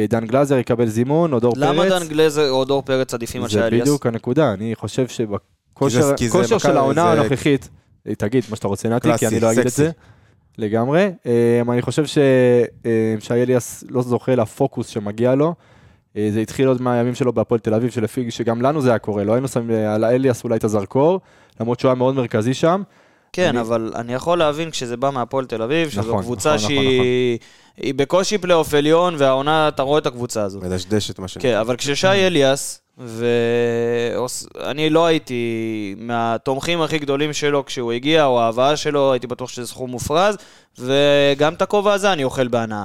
A: אה, דן גלאזר יקבל זימון, או דור פרץ.
B: למה דן גלזר או דור פרץ עדיפים על שי
A: לא זה
B: אליאס?
A: בדיוק הנקודה, אני חושב שבכושר
C: כי זה
A: כושר של
C: מכבי,
A: העונה
C: זה-
A: הנוכחית, אה, תגיד מה שאתה רוצה נתי,
C: קלאסי,
A: כי אני לא אגיד את
C: סקסי.
A: זה. לגמרי. אה, אני חושב ששי אליאס לא זוכה לפוקוס שמגיע לו. אה, זה התחיל עוד מהימים שלו בהפועל תל אביב, שלפי שגם לנו זה היה קורה, לא היינו שמים על אליאס אולי את הזרקור, למרות שהוא היה מאוד מרכזי שם.
B: כן,
A: אני-
B: אבל אני יכול להבין כשזה בא מהפועל תל אביב, שזו
A: נכון,
B: קבוצה
A: נכון, נכון,
B: שהיא היא בקושי פלייאוף עליון, והעונה, אתה רואה את הקבוצה הזאת.
C: מדשדשת מה שנקרא.
B: כן, אבל כששי אליאס, ואני לא הייתי מהתומכים הכי גדולים שלו כשהוא הגיע, או ההבאה שלו, הייתי בטוח שזה סכום מופרז, וגם את הכובע הזה אני אוכל בהנאה.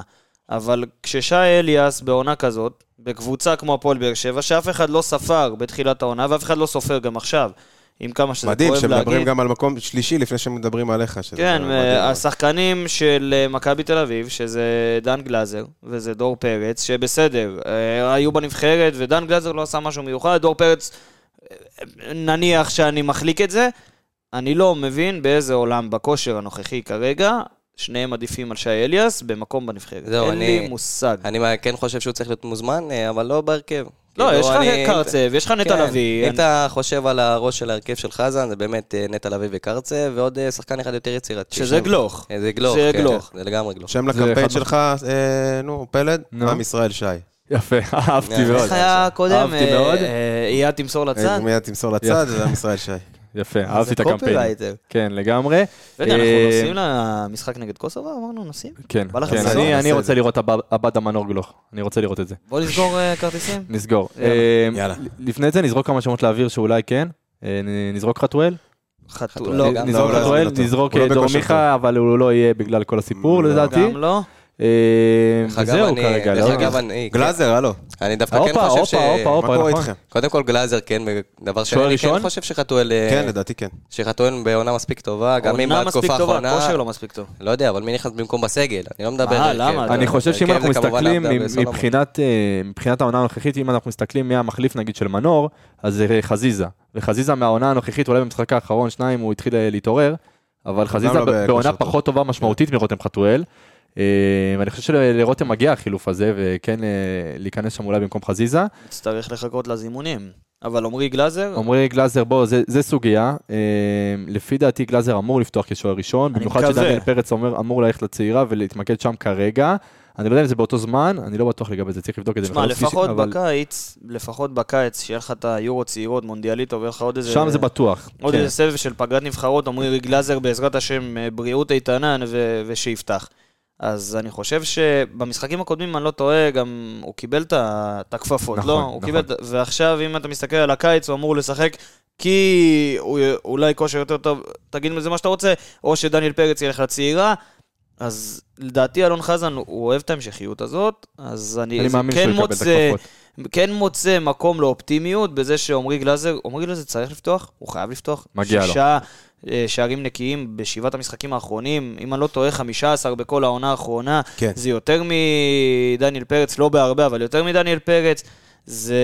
B: אבל כששי אליאס בעונה כזאת, בקבוצה כמו הפועל באר שבע, שאף אחד לא ספר בתחילת העונה, ואף אחד לא סופר גם עכשיו, עם כמה שזה כואב
C: מדהים
B: להגיד.
C: שמדברים גם על מקום שלישי לפני שמדברים עליך. שזה
B: כן,
C: מדהים.
B: השחקנים של אה, מכבי תל אביב, שזה דן גלאזר וזה דור פרץ, שבסדר, אה, היו בנבחרת ודן גלאזר לא עשה משהו מיוחד, דור פרץ, אה, נניח שאני מחליק את זה, אני לא מבין באיזה עולם בכושר הנוכחי כרגע, שניהם עדיפים על שי אליאס במקום בנבחרת.
F: זהו,
B: אין
F: אני-
B: לי מושג.
F: אני מה- כן חושב שהוא צריך להיות מוזמן, אה, אבל לא בהרכב.
B: לא,
F: כאילו,
B: יש לך
F: אני-
B: קרצב, יש לך
F: כן,
B: נטע לביא.
F: אם אתה חושב על הראש של ההרכב של חזן, זה באמת אה, נטע לביא וקרצב, ועוד אה, שחקן אחד יותר יצירתי.
B: שזה
F: שם.
B: גלוך.
F: אה, זה גלוך,
B: זה
F: כן,
B: גלוך.
F: זה לגמרי גלוך.
C: שם
A: אחד
C: לקמפיין שלך, אה, נו, פלד,
A: נו.
C: עם ישראל שי.
A: יפה, אהבתי מאוד.
B: איך היה קודם?
A: אהבתי מאוד.
B: אייד אה, תמסור לצד?
C: אה, מיד תמסור לצד, זה עם ישראל שי.
A: יפה, אהבתי את הקמפיין.
B: קופירייטר.
A: כן, לגמרי.
B: רגע, אנחנו
A: אה,
B: נוסעים למשחק נגד קוסובה? אמרנו נוסעים?
A: כן,
B: בא לך
A: כן,
B: לנסוע?
A: אני-
C: נעשה
A: אני
C: את
A: רוצה
C: זה.
A: לראות הבא- הבא המנור גלוך, אני רוצה לראות את זה.
B: בוא נסגור אה, כרטיסים.
A: נסגור.
B: יאללה.
A: אה,
C: יאללה.
A: לפני זה נזרוק כמה שמות לאוויר שאולי כן. אה, נ- נזרוק חתואל,
B: חתול. לא,
F: גם
A: נזרוק
C: לא, לא,
A: חתואל,
C: לא טוב.
A: נזרוק
C: הוא לא
A: אה, דור
C: בכושר
A: מיכה, אבל הוא לא יהיה בגלל כל הסיפור
C: לא.
A: לדעתי.
B: גם לא.
A: אה,
F: דרך אגב,
A: וזהו
F: אני-
A: כרגע.
F: דרך
A: לא?
F: אגב, אני... כן,
C: גלאזר, הלו,
F: אני דווקא כן
A: הופה,
F: חושב ש...
A: הופה, הופה,
C: מה
A: הופה,
C: קורה
A: נכון.
B: אה,
C: איתכם?
F: קודם כל גלאזר כן, ודבר שני,
A: שוער
F: אני כן
A: ראשון?
F: חושב שחתואל... אה,
C: כן, לדעתי כן.
F: שחתואל בעונה מספיק טובה, גם אם
B: עונה מספיק
F: בתקופה
B: טובה,
F: האחרונה...
B: כושר לא מספיק טוב.
F: לא יודע, אבל מי נכנס במקום בסגל? אני לא מדבר...
B: מה,
F: אה,
B: למה?
F: כן.
B: אתה-
A: אני חושב שאם
F: כן,
A: אנחנו
F: זה כמובן
A: מסתכלים
F: עבדה
A: מ-
F: בסולומון.
A: מבחינת, אה, מבחינת העונה הנוכחית, אם אנחנו מסתכלים מי המחליף נגיד של מנור, אז זה חזיזה. וחזיזה מהעונה הנוכחית, אולי במשחק האחרון, שניים, הוא התחיל אה, להתעורר, אבל חזיזה
C: לא
A: ב-
C: בכושר
A: בעונה
C: טוב.
A: פחות טובה משמעותית מרותם חתואל. אה, ואני חושב שלרותם מגיע החילוף הזה, וכן אה, להיכנס שם אולי במקום חזיזה.
B: נצטרך לחכות לזימונים. אבל עמרי גלאזר,
A: עמרי גלאזר, בוא, זה, זה סוגיה. אה, לפי דעתי גלאזר אמור לפתוח כשוער ראשון,
B: אני
A: במיוחד
B: מקווה.
A: שדניאל פרץ אומר, אמור ללכת לצעירה ולהתמקד שם כרגע. אני לא יודע אם זה באותו זמן, אני לא בטוח לגבי זה, צריך לבדוק את זה.
B: תשמע,
A: מחדש.
B: לפחות
A: אבל
B: בקיץ, לפחות בקיץ, שיהיה לך את היורו צעירות, מונדיאליטו, ויהיה לך עוד איזה...
A: שם זה בטוח.
B: עוד
A: כן.
B: איזה סבב של פגרת נבחרות, עמרי גלאזר בעזרת השם אה, בריאות איתנה ו- ושיפתח. אז אני חושב שבמשחקים הקודמים, אם אני לא טועה, גם הוא קיבל את ה- את הכפפות,
A: נכון,
B: לא? הוא
A: נכון.
B: קיבל, את- ועכשיו, אם אתה מסתכל על הקיץ, הוא אמור לשחק כי הוא י- אולי כושר יותר טוב, תגיד מזה מה שאתה רוצה, או שדניאל פרץ ילך לצעירה. אז לדעתי אלון חזן, הוא- הוא אוהב את ההמשכיות הזאת, אז אני,
A: אני
B: זה
A: מאמין
B: כן
A: שהוא יקבל את
B: מוצא-
A: הכפפות.
B: כן מוצא מקום לאופטימיות בזה שעמרי גלאזר, עמרי גלאזר צריך לפתוח, הוא חייב לפתוח.
A: מגיע לו.
B: שישה אה, שערים נקיים בשבעת המשחקים האחרונים, אם אני לא טועה, 15 בכל העונה האחרונה.
C: כן.
B: זה יותר מדניאל פרץ, לא בהרבה, אבל יותר מדניאל פרץ. זה...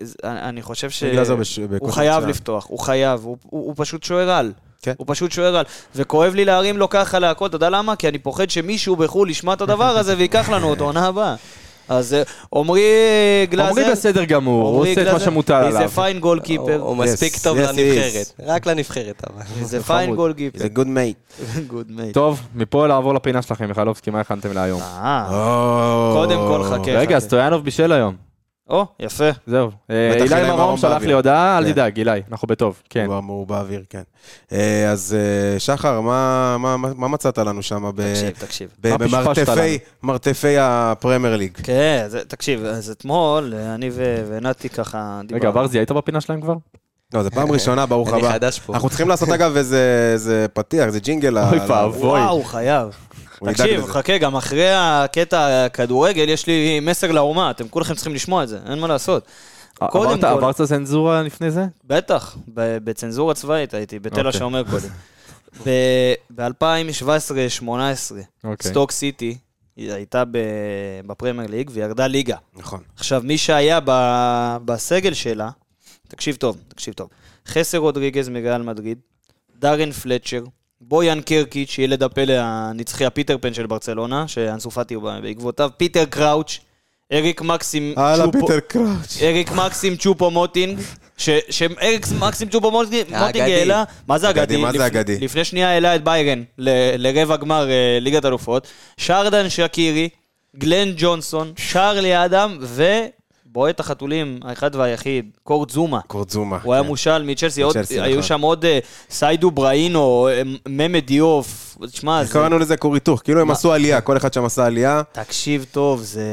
B: זה- אני אני חושב ש...
C: גלאזר בש-
B: הוא
C: בכושר
B: חייב
C: מצוין.
B: לפתוח, הוא חייב, הוא, הוא, הוא פשוט שוער על.
C: כן.
B: הוא פשוט שוער על. וכואב לי להרים לו ככה להכל, אתה יודע למה? כי אני פוחד שמישהו בחו"ל ישמע את הדבר הזה וייקח לנו אותו עונה הבאה. אז אה, עמרי גלאזר...
A: עמרי בסדר גמור, הוא
B: עמרי
A: עושה את מה
B: גלאזר,
A: שמוטל עליו.
B: He's a fine goalkeeper.
F: הוא הוא מספיק
C: Yes,
F: טוב
C: yes,
F: לנבחרת. רק לנבחרת, אבל.
B: He's a fine
A: חמוד.
B: goalkeeper.
C: זה גוד מייט.
B: Good mate.
A: טוב, מפה לעבור לפינה שלכם, מיכלובסקי, מה הכנתם להיום?
B: אה, קודם כל חכה.
A: רגע,
B: חכה.
A: סטויאנוב בישל היום,
B: או, יפה.
A: זהו. אה,
C: בטח
A: אילי
C: אילי
A: מרום
C: מרום
A: שלח לי
C: באוויר.
A: הודעה, אל
C: כן.
A: תדאג, אילי, אנחנו בטוב, כן.
C: הוא אמור באוויר, כן. אה, אז אה, שחר, מה- מה מה- מה מצאת לנו שם ב-
B: תקשיב, תקשיב.
C: ב-
A: מה פשפשת
C: במרתפי מרתפי הפרמייר ליג?
B: כן, זה- תקשיב, אז אתמול אה, אני ו- ונתי ככה
A: רגע,
B: דיברנו.
A: ברזי, היית בפינה שלהם כבר?
C: לא, זו פעם ראשונה, ברוך
F: אני
C: הבא.
F: חדש פה.
C: אנחנו צריכים לעשות אגב איזה איזה פתיח, זה ג'ינגל.
A: אוי
C: ל-
A: ואבוי.
B: וואו, חייב.
C: הוא ידאג
B: תקשיב,
C: לזה.
B: חכה, גם אחרי הקטע הכדורגל, יש לי מסר לאומה, אתם כולכם צריכים לשמוע את זה, אין מה לעשות. קודם
A: עברת-
B: כל-
A: עברת צנזורה לפני זה?
B: בטח, ב- בצנזורה צבאית הייתי, בתל
A: אוקיי.
B: השומר קודם. ב-2017-2018,
A: אוקיי.
B: סטוק סיטי הייתה ב- בפרמייר ליג וירדה ליגה.
C: נכון.
B: עכשיו, מי שהיה ב- בסגל שלה, תקשיב טוב, תקשיב טוב. חסר רודריגז מריאל מדריד, דארן פלצ'ר, בויאן קרקיץ', ילד הפלא הנצחי, הפיטר פן של ברצלונה, שאנסו פאטי הוא בעקבותיו, פיטר קראוץ', אריק מקסים...
A: אה, לא,
C: הלאה,
B: צ'ופו-
C: פיטר קראץ'.
B: אריק מקסים צ'ופו מוטינג, שאריק מקסים צ'ופו מוטינג
F: האגדי.
B: מוטינג העלה, מה זה
C: אגדי,
B: אגדי?
C: מה זה
B: לפני-
C: אגדי?
B: לפני שנייה העלה את ביירן ל- לרבע גמר אה, ליגת אלופות, שרדן שקירי, גלן ג'ונסון, שרלי אדם ובועט החתולים האחד והיחיד, קורט זומה.
C: קורצומה.
B: הוא היה
C: כן.
B: מושל מצ'לסי, עוד-
C: מצ'לסי,
B: היו
C: נכון.
B: שם עוד אה, סיידו בראינו, אה, ממד דיוף, תשמע,
C: איך
B: זה-
C: קראנו לזה כור היתוך, כאילו הם עשו עלייה, כל אחד שם עשה עלייה.
B: תקשיב טוב, זה...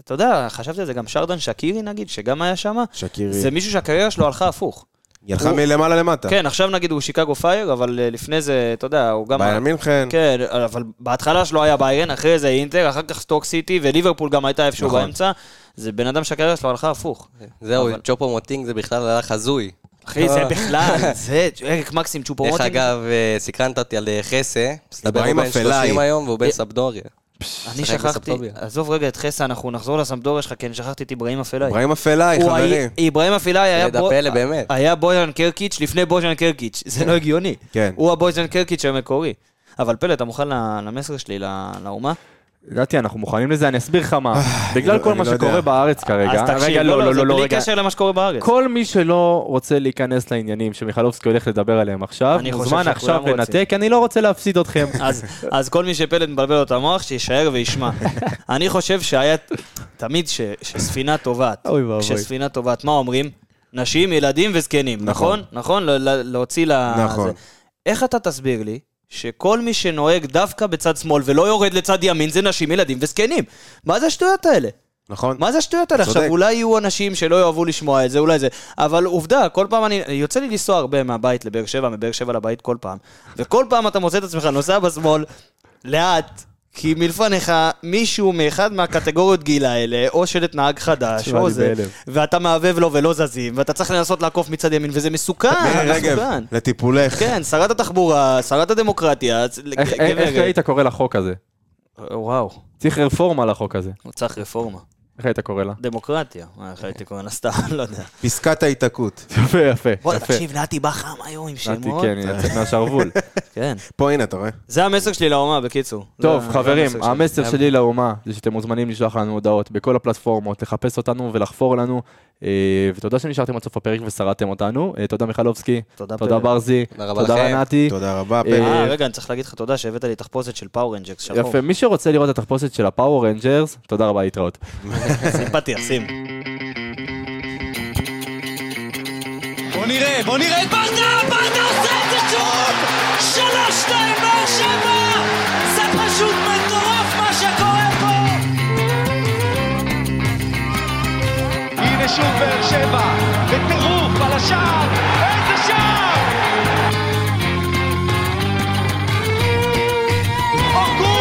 B: אתה יודע, חשבתי על זה, גם שרדן שקירי נגיד, שגם היה שם,
C: שקירי.
B: זה מישהו שהקריירה שלו הלכה הפוך.
C: היא הלכה
B: הוא-
C: מלמעלה למטה.
B: כן, עכשיו נגיד הוא שיקגו פייר, אבל אה, לפני זה, אתה יודע, הוא גם...
C: ביין מינכן.
B: כן, אבל בהתחלה שלו היה ביירן, אחרי זה אינטר, אחר כך סטוק סיטי, וליברפול גם הייתה איפשהו
C: נכון.
B: באמצע. זה בן אדם שהקריירה שלו הלכה הפוך.
F: זהו,
B: אבל-
F: צ'ופו מוטינג זה בכלל הלך הזוי.
B: אחי,
C: אה.
B: זה בכלל, זה, אריק מקסים
F: דרך
B: צ'ופורטינג.
F: אגב, אה, סקרנת אותי על אה, חסה. מסתבר הוא
C: אברהים
F: בן
C: אפללאי.
F: 30 היום והוא בן
B: אה,
F: סבדוריה.
B: אני
F: משחק
B: שכחתי,
F: בסבטוביה.
B: עזוב רגע את חסה, אנחנו נחזור לסמדוריה שלך, כי אני שכחתי את אברהים אפלאי.
C: אברהים אפלאי,
B: הוא
C: חברים.
B: היה- אברהים אפילאי היה
F: ילד
B: בו-
F: הפלא, באמת.
B: היה בוז'ן קרקיץ' לפני בוז'ן קרקיץ', זה לא הגיוני.
C: כן.
B: הוא הבוז'ן קרקיץ' המקורי. אבל פלא, אתה מוכן ל- למסר שלי ל- לאומה?
A: לדעתי אנחנו מוכנים לזה, אני אסביר לך
B: אה,
A: מה. בגלל
C: אני
A: כל
C: לא-
A: מה
C: אני לא
A: שקורה
C: יודע.
A: בארץ כרגע,
B: אז תקשיב,
A: רגע,
B: לא, לא, זה בלי
A: רגע.
B: קשר למה שקורה בארץ.
A: כל מי שלא רוצה להיכנס לעניינים שמיכלובסקי הולך לדבר עליהם עכשיו,
B: אני חושב
A: מוזמן
B: שכולם
A: עכשיו
B: רוצים.
A: לנתק, אני לא רוצה להפסיד אתכם.
B: אז, אז כל מי שפלד מבלבל לו את המוח, שיישאר וישמע. אני חושב שהיה תמיד ש, שספינה טובעת.
A: אוי ואבוי.
B: כשספינה טובעת, מה אומרים? נשים, ילדים וזקנים, נכון?
C: נכון.
B: נכון? ל- ל- להוציא ל...
C: נכון.
B: זה. איך אתה תסביר לי שכל מי שנוהג דווקא בצד שמאל ולא יורד לצד ימין זה נשים, ילדים וזקנים? מה זה השטויות האלה?
C: נכון.
B: מה זה השטויות האלה?
C: צודק.
B: עכשיו, אולי יהיו אנשים שלא יאהבו לשמוע את זה, אולי זה. אבל עובדה, כל פעם אני... יוצא לי לנסוע הרבה מהבית לבאר שבע, מבאר שבע לבית כל פעם. וכל פעם אתה מוצא את עצמך נוסע בשמאל, לאט, כי מלפניך מישהו מאחד מהקטגוריות גיל האלה, או שלט נהג חדש,
A: תשמע,
B: או
A: אני
B: זה,
A: בהלם.
B: ואתה מעבב לו ולא זזים, ואתה צריך לנסות לעקוף מצד ימין, וזה מסוכן,
C: מירי רגב,
B: מסוכן.
C: לטיפולך.
B: כן, שרת התחבורה, שרת הדמוקרטיה,
A: איך-
B: גבר-
A: איך היית קורא לחוק הזה?
B: וואו,
A: צריך רפורמה לחוק הזה.
B: הוא צריך רפורמה.
A: איך היית קורא לה?
B: דמוקרטיה, מה, איך הייתי קורא לה סתם, לא יודע.
C: פסקת ההיתקות.
A: יפה, יפה,
B: בוא'נה,
A: יפה.
B: תקשיב, נתי בא חם היום עם
A: נתי,
B: שמות.
A: כן, היא יצאת מהשרוול.
B: כן.
C: פה, הנה, אתה רואה?
B: זה המסר שלי לאומה, בקיצור.
A: טוב,
B: זה-
A: חברים,
B: זה המסר
A: המסר שלי לאומה זה שאתם מוזמנים לשלוח לנו הודעות בכל הפלטפורמות, לחפש אותנו ולחפור לנו. אה, ותודה שנשארתם עד סוף הפרק ושרדתם אותנו. אה, תודה מיכלובסקי,
B: תודה,
A: תודה
B: פרק.
A: ברזי,
F: תודה רבה לכם.
A: תודה נתי.
C: תודה רבה.
A: אה,
B: אה, רגע, אני צריך להגיד לך תודה שהבאת לי תחפושת של פאור רנג'קס, שחור.
A: יפה, מי שרוצה לראות את התחפושת של הפאוור רנג'רס, תודה רבה, להתראות.
B: סימפטי, אסים.
D: בוא נראה, בוא נראה את ברדה, ברדה עושה את זה שוב! שלוש, שתיים, באר שבע! זה פשוט מטורף מה שקורה פה!
E: הנה שוב באר שבע, בטירוף על השער, איזה שער!